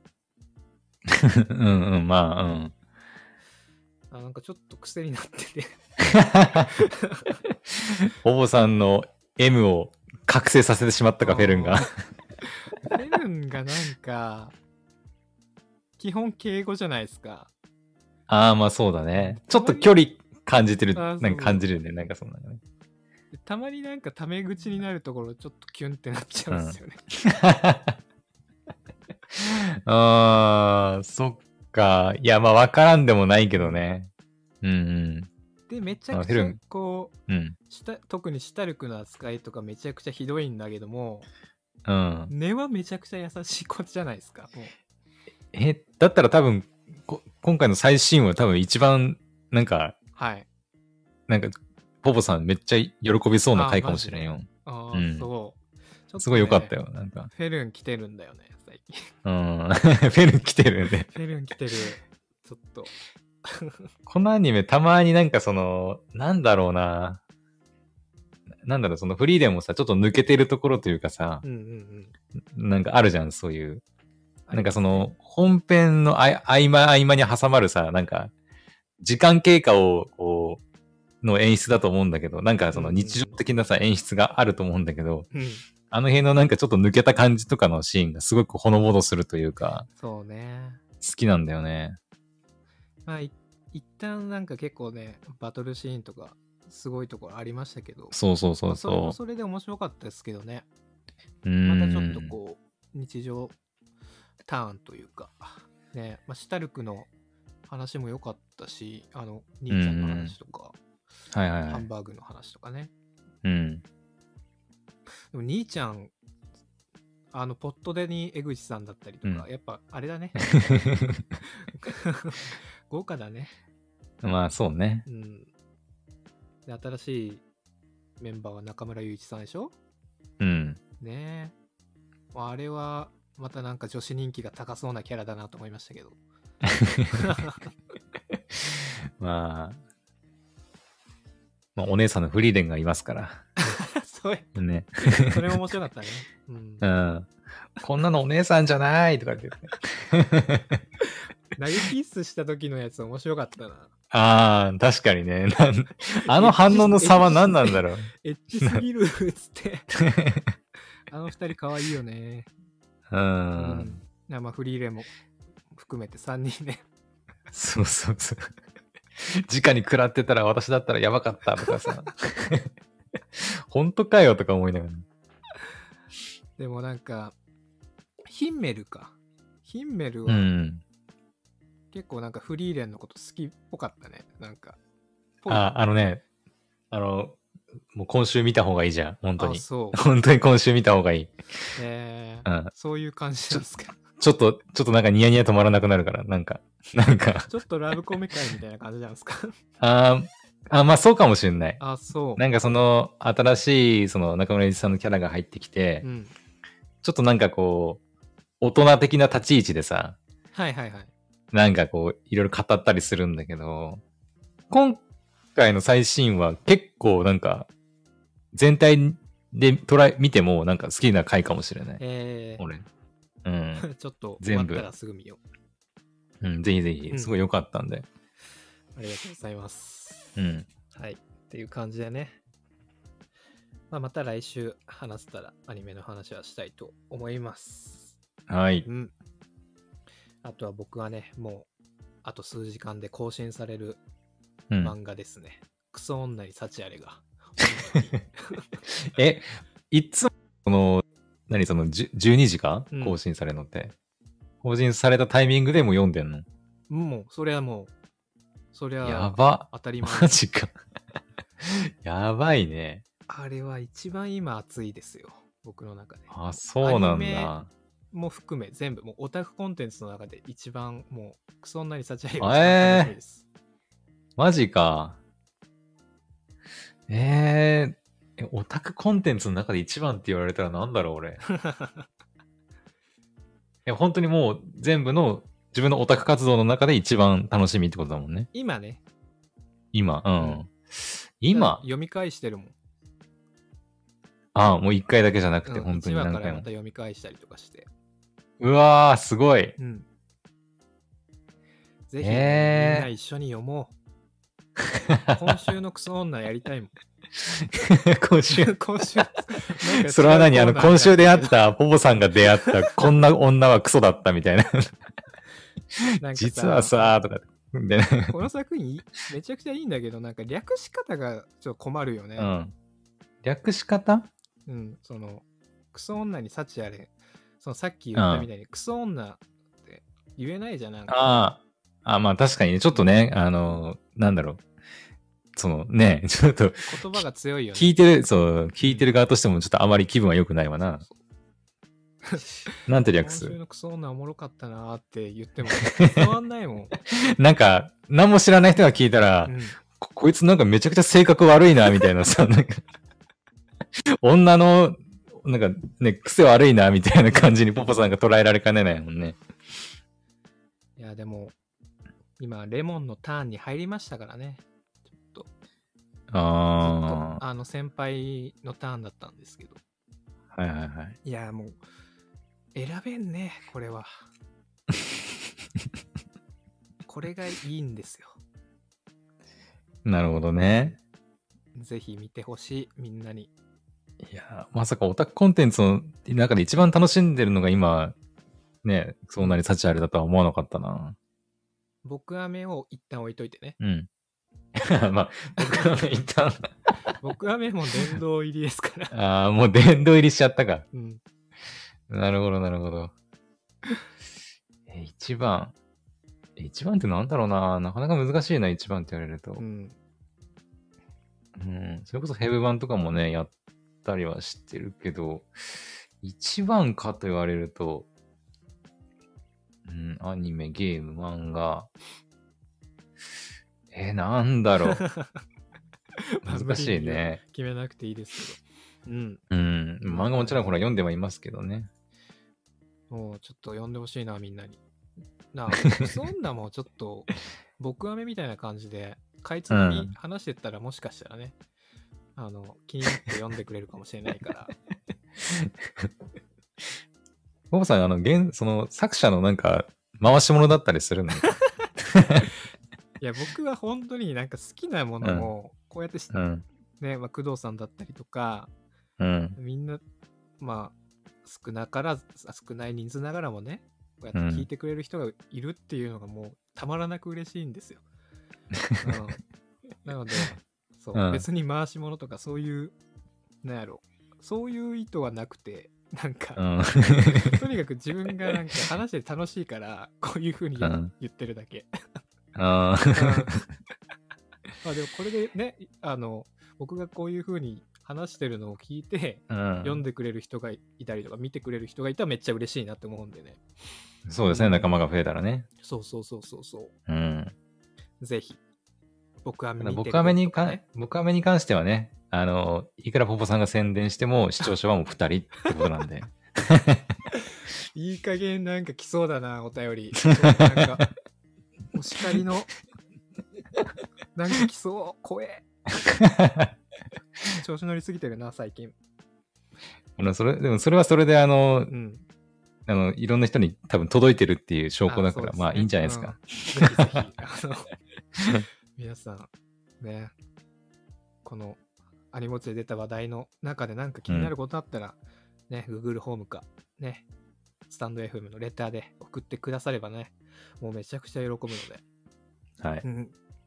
Speaker 2: うんうん、ま
Speaker 1: *laughs*
Speaker 2: あ、うん。
Speaker 1: あなんかちょっと癖になってて。
Speaker 2: おぼさんの M を覚醒させてしまっ
Speaker 1: *laughs*
Speaker 2: たか、フェルンが。
Speaker 1: フェルンがなんか、基本敬語じゃないですか。
Speaker 2: ああ、まあそうだね。ちょっと距離感じてる、
Speaker 1: あー
Speaker 2: な
Speaker 1: そうんそう
Speaker 2: か感じるよね。なんかそんなのね。
Speaker 1: でたまになんかタメ口になるところちょっとキュンってなっちゃうんですよね。
Speaker 2: *laughs* ああ、そっか。いや、まあわからんでもないけどね。うん
Speaker 1: でめちゃく
Speaker 2: あフェ
Speaker 1: ち
Speaker 2: ル
Speaker 1: ゃ
Speaker 2: ン
Speaker 1: こ
Speaker 2: うん。うん。
Speaker 1: うした特にシュタルクの扱いとかめちゃくちゃひどいんだけども
Speaker 2: うん。
Speaker 1: 根はめちゃくちゃ優しい子じゃないですかもう
Speaker 2: え、だったら多分、こ今回の最新は多分一番、なんか、
Speaker 1: はい
Speaker 2: なんか、ポポさんめっちゃ喜びそうな回かもしれんよ。
Speaker 1: ああ、
Speaker 2: うん
Speaker 1: そうちょっとね
Speaker 2: すごい良かったよ。なんか。
Speaker 1: フェルン来てるんだよね最近
Speaker 2: うん。 *laughs* フェルン来てるよね。
Speaker 1: フェルン来てる *laughs* ちょっと
Speaker 2: このアニメたまになんかその、なんだろうな。なんだろう、そのフリーレンもさ、ちょっと抜けてるところというかさ
Speaker 1: う、んうんうん
Speaker 2: なんかあるじゃん、そういう。なんかその、本編のあい合間合間に挟まるさ、なんか、時間経過を、こう、の演出だと思うんだけど、なんかその
Speaker 1: うんうん
Speaker 2: 日常的なさ、演出があると思うんだけど、
Speaker 1: うん
Speaker 2: あの辺のなんかちょっと抜けた感じとかのシーンがすごくほのぼのするというか、
Speaker 1: そうね
Speaker 2: 好きなんだよね。
Speaker 1: まあい一旦なんか結構ねバトルシーンとかすごいところありましたけど
Speaker 2: そうそうそ
Speaker 1: まあ
Speaker 2: う
Speaker 1: それも
Speaker 2: そ
Speaker 1: それで面白かったですけどね
Speaker 2: う。
Speaker 1: ま
Speaker 2: ま
Speaker 1: たちょっとこう日常ターンというかね、まあ、シュタルクの話も良かったし、あの、兄ちゃんの話とか、
Speaker 2: はいはいは
Speaker 1: ハ
Speaker 2: い
Speaker 1: ン。バーグの話とかね。
Speaker 2: うん。
Speaker 1: でも兄ちゃん、あの、ポットでに江口さんだったりとか、
Speaker 2: う
Speaker 1: やっぱあれだね。 *laughs* 豪華だね。
Speaker 2: *laughs* まあそうね。
Speaker 1: うん。で、新しいメンバーは中村雄一さんでしょ
Speaker 2: うん。
Speaker 1: ねえ。あれは、またなんか女子人気が高そうなキャラだなと思いましたけど。 *laughs*
Speaker 2: まあ、まあお姉さんのフリーレンがいますから。
Speaker 1: そうや
Speaker 2: ね。
Speaker 1: それも面白かったね。うん
Speaker 2: う。ん。こんなのお姉さんじゃないとかって言って。
Speaker 1: 投げキッスした時のやつ面白かった *laughs* な。
Speaker 2: ああ、確かにね。 *laughs* なんあの反応の差は何なんだろう。
Speaker 1: エッチすぎるっつって。 *laughs* あの二人可愛いよね。
Speaker 2: う。。
Speaker 1: うんなまあフリーレンも含めて3人ね。
Speaker 2: そうそうそう。直に食らってたら私だったらやばかったとかさ。 *laughs* 本当かよとか思いながら。
Speaker 1: でもなんか、ヒンメルか。ヒンメル
Speaker 2: う
Speaker 1: は
Speaker 2: ん。
Speaker 1: 結構なんかフリーレンのこと好きっぽかったね。なんか。ぽい
Speaker 2: あ、あのね、あの、もう今週見た方がいいじゃん。本当
Speaker 1: あ
Speaker 2: に。
Speaker 1: そう。
Speaker 2: 本当に今週見た方がいい。
Speaker 1: え
Speaker 2: う *laughs*
Speaker 1: ー、
Speaker 2: ん。
Speaker 1: そういう感じなんですか。
Speaker 2: ちょっと、ちょっとなんかニヤニヤ止まらなくなるから、なんか、なんか、
Speaker 1: ちょっとラブコメ会みたいな感じなんです
Speaker 2: *laughs*
Speaker 1: か。
Speaker 2: あーあ、まあそうかもしれない。
Speaker 1: あ、そう。
Speaker 2: なんかその、新しい、その中村ゆうじさんのキャラが入ってきて、
Speaker 1: うん。
Speaker 2: ちょっとなんかこう、大人的な立ち位置でさ、
Speaker 1: はいはいはい。
Speaker 2: なんかこう、いろいろ語ったりするんだけど、今回の最新話結構なんか、全体で捉え、見てもなんか好きな回かもしれない。
Speaker 1: えー、
Speaker 2: 俺。うん。
Speaker 1: ちょっと終わ
Speaker 2: 全
Speaker 1: っ
Speaker 2: 部
Speaker 1: たらすぐ見よ
Speaker 2: うん、ぜひぜ
Speaker 1: う
Speaker 2: ひ、
Speaker 1: ん
Speaker 2: すごい良かったんで。
Speaker 1: う。ありがとうございます。
Speaker 2: うん。
Speaker 1: はい。っていう感じでね。まあ、また来週話せたらアニメの話はしたいと思います。
Speaker 2: はい。
Speaker 1: うん。あとは僕はね、もう、あと数時間で更新される
Speaker 2: うん、
Speaker 1: 漫画ですね。クソ女に幸あれが。
Speaker 2: え、いつも、その、何その、じゅ12時か
Speaker 1: うん
Speaker 2: 更新されるのって。更新されたタイミングでもう読んでんの
Speaker 1: もう、それはもう、そり
Speaker 2: や
Speaker 1: ゃ
Speaker 2: ば。
Speaker 1: 当たり前。
Speaker 2: マジか。 *laughs* やばいね。
Speaker 1: あれは一番今熱いですよ。僕の中で。
Speaker 2: あ、そうな
Speaker 1: アニ
Speaker 2: ん
Speaker 1: メ
Speaker 2: だ。
Speaker 1: も含め全部もうオタクコンテンツの中で一番もうクソ女に幸あれが
Speaker 2: えー
Speaker 1: 楽しみです、
Speaker 2: マジか。えー、えオタクコンテンツの中で一番って言われたらなんだろう、
Speaker 1: *laughs*
Speaker 2: 俺。え、本当にもう全部の自分のオタク活動の中で一番楽しみってことだもんね。
Speaker 1: 今ね
Speaker 2: 今、うん。
Speaker 1: うん
Speaker 2: 今、
Speaker 1: 読み返してるもん、
Speaker 2: あもう一回だけじゃなくて、
Speaker 1: うん
Speaker 2: 本当に
Speaker 1: 一話
Speaker 2: 何
Speaker 1: か
Speaker 2: 回
Speaker 1: らま
Speaker 2: も
Speaker 1: た。読み返したりとかして、
Speaker 2: うわー、すごい。
Speaker 1: うん、ぜひ、
Speaker 2: えー
Speaker 1: みんな一緒に読も
Speaker 2: *laughs*
Speaker 1: う今週のクソ女やりたいもん
Speaker 2: 今週、
Speaker 1: *laughs* *laughs* 今週なんか違う
Speaker 2: *laughs* それは何あの、
Speaker 1: コーナー
Speaker 2: 今週出会っ
Speaker 1: み
Speaker 2: た、ポポさんが出会った、こんな女はクソだったみたいな。
Speaker 1: いななんか
Speaker 2: 実はさ、とか、で、
Speaker 1: この作品いめちゃくちゃいいんだけどなんか略し方がちょっと困るよね、
Speaker 2: うん。略し方
Speaker 1: うん、その、クソ女に幸あれ、そのさっき言ったみたいに、クソ女って言えないじゃんなんか。
Speaker 2: ああ、あまあ確かにね、ちょっとね、あの、なんだろう。そのね、ちょっと
Speaker 1: 言葉が強いよね。 *laughs*
Speaker 2: 聞いてる、そう、聞いてる側としてもちょっとあまり気分は良くないわな。なんて略
Speaker 1: 今週
Speaker 2: す
Speaker 1: のクソ女おもろかったなーって言っても伝わんない
Speaker 2: *laughs*
Speaker 1: もん。
Speaker 2: なんか、何も知らない人が聞いたら、
Speaker 1: うん
Speaker 2: ここいつなんかめちゃくちゃ性格悪いな、みたいなさ、なんか、女の、なんかね、癖悪いな、みたいな感じにポポさんが捉えられかねないもんね。
Speaker 1: いや、でも、今、レモンのターンに入りましたからね。ずっと
Speaker 2: あ
Speaker 1: あの、先輩のターンだったんですけど。
Speaker 2: あ、はいはいはい。
Speaker 1: いや、もう、選べんね、これ *laughs* は。これがいいんですよ。
Speaker 2: なるほどね。
Speaker 1: ぜひ見てほしい、みんなに。
Speaker 2: いやーまさかオタクコンテンツの中で一番楽しんでるのが今、ね、そんなに幸あれだとは思わなかったな。
Speaker 1: 僕アメを一旦置いといてね。
Speaker 2: うん。 *laughs* まあ、僕は一旦、
Speaker 1: 僕アメも殿堂入りですから。
Speaker 2: ああ、もう殿堂入りしちゃったか。
Speaker 1: うん。
Speaker 2: *laughs* なるほど、なるほど。え、一番、ええ一番ってなんだろうな。なかなか難しいな、一番って言われると。
Speaker 1: うん。
Speaker 2: うん、それこそヘブ版とかもね、やったりはしてるけど、一番かと言われると、うん、アニメ、ゲーム、漫画、えーなんだ *laughs* ろう。
Speaker 1: まあ
Speaker 2: 難しい。
Speaker 1: 無理には
Speaker 2: ね。
Speaker 1: 決めなくていいですけど。うん。
Speaker 2: うん、漫画もちろんほら読んではいますけどね。
Speaker 1: もうちょっと呼んでほしいな、みんなに。な *laughs* あ、そんなもちょっと、僕アメみたいな感じで、かいつま
Speaker 2: う
Speaker 1: み
Speaker 2: ん
Speaker 1: 話してったら、もしかしたらね、あの、気になって読んでくれるかもしれないから。
Speaker 2: ボブさん、あの、現、その作者のなんか、回し物だったりするの
Speaker 1: いや、僕は本当になんか好きなものを、こうやってし、
Speaker 2: うん、
Speaker 1: ね、まあ、工藤さんだったりとか、
Speaker 2: うん、
Speaker 1: みんな、まあ、少なからず、少ない人数ながらもね、こうやって聞いてくれる人がいるっていうのがもう、たまらなく嬉しいんですよ。うんな
Speaker 2: *laughs*
Speaker 1: ので、そう、
Speaker 2: うん
Speaker 1: 別に回し物とかそういう、なんやろ、そういう意図はなくて、なんか、
Speaker 2: うん。
Speaker 1: とにかく自分がなんか話して楽しいから、こういう風にや
Speaker 2: うん
Speaker 1: 言ってるだけ。
Speaker 2: *laughs* あ
Speaker 1: う
Speaker 2: ー
Speaker 1: ん *laughs* まあでもこれでね、あの、僕がこういう風に話してるのを聞いて、
Speaker 2: うん
Speaker 1: 読んでくれる人がいたりとか見てくれる人がいたらめっちゃ嬉しいなって思うんでね。
Speaker 2: そうですね、仲間が増えたらね。
Speaker 1: そうそうそうそうそ
Speaker 2: うん。
Speaker 1: う。ぜひ。僕は見
Speaker 2: た
Speaker 1: てる
Speaker 2: だ僕アメに
Speaker 1: とか
Speaker 2: か
Speaker 1: ね、
Speaker 2: 僕アメに関してはね、あの、いくらポポさんが宣伝して *laughs* も視聴者はもう2人ってことなんで。 *laughs*
Speaker 1: いい加減なんか来そうだな、お便
Speaker 2: *laughs*
Speaker 1: り。なんか、お叱りの、なんか来そう、怖え。調子乗りすぎてるな、最近。
Speaker 2: あのそれでもそれはそれであの
Speaker 1: う、ん。
Speaker 2: あの、いろんな人に多分届いてるっていう証拠だか
Speaker 1: あそう
Speaker 2: ら、
Speaker 1: ですね
Speaker 2: まあいいんじゃないですか。
Speaker 1: うんぜひぜひ、あの、皆さん、ね、このアニモチで出た話題の中でなんか気になることあったら、ね、Google ホームか、ね、スタンド FM のレターで送ってくださればね、もうめちゃくちゃ喜ぶので、
Speaker 2: はい。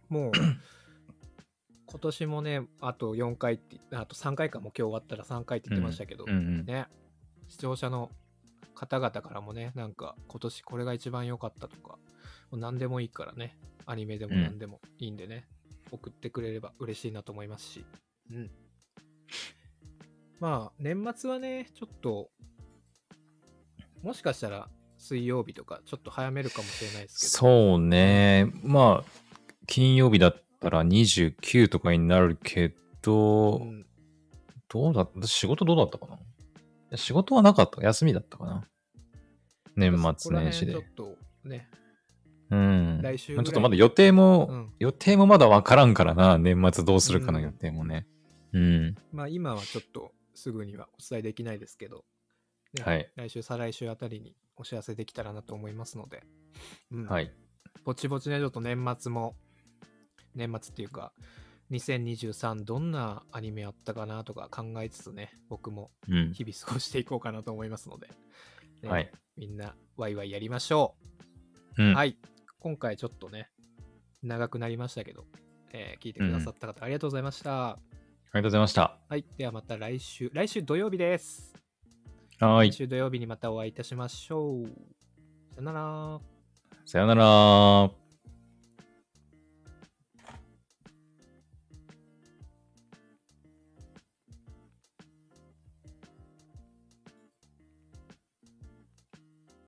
Speaker 1: もう、今年もね、あと4回って、あと3回かもう今日終わったら3回って言ってましたけど、
Speaker 2: うんうん。
Speaker 1: ね、視聴者の方々からもね、なんか今年これが一番良かったとか、もう何でもいいからね、アニメでも
Speaker 2: うん
Speaker 1: 何でもいいんでね、送ってくれれば嬉しいなと思いますし、うん。まあ、年末はね、ちょっと、もしかしたら水曜日とか、ちょっと早めるかもしれないですけど、
Speaker 2: そうね。まあ、金曜日だったら29とかになるけど、
Speaker 1: うん
Speaker 2: どうだった仕事どうだったかないや仕事はなかった。休みだったかな年末年始
Speaker 1: そこら
Speaker 2: で。
Speaker 1: 辺ちょっとね、
Speaker 2: うん。
Speaker 1: 来週ぐ
Speaker 2: ま
Speaker 1: ら
Speaker 2: あ
Speaker 1: い
Speaker 2: ちょっとまだ予定も、
Speaker 1: うん
Speaker 2: 予定もまだわからんからな。年末どうするかの
Speaker 1: うん
Speaker 2: 予定もね。うん。
Speaker 1: まあ今はちょっとすぐにはお伝えできないですけど、ね
Speaker 2: はい
Speaker 1: 来週、再来週あたりにお知らせできたらなと思いますので、うん
Speaker 2: はい。
Speaker 1: ぼちぼちね、ちょっと年末も、年末っていうか、2023どんなアニメあったかなとか考えつつね、僕も
Speaker 2: うん。
Speaker 1: 日々過ごしていこうかなと思いますので、ね
Speaker 2: はい。
Speaker 1: みんなワイワイやりましょ
Speaker 2: う
Speaker 1: う。
Speaker 2: ん。
Speaker 1: はい、今回ちょっとね、長くなりましたけど、えー聞いてくださった方ありがとうございました。
Speaker 2: ありがとうございました。
Speaker 1: はい、ではまた来週、来週土曜日です。
Speaker 2: は
Speaker 1: 来
Speaker 2: い。
Speaker 1: 週土曜日にまたお会いいたしましょう。さよなら。
Speaker 2: さよなら。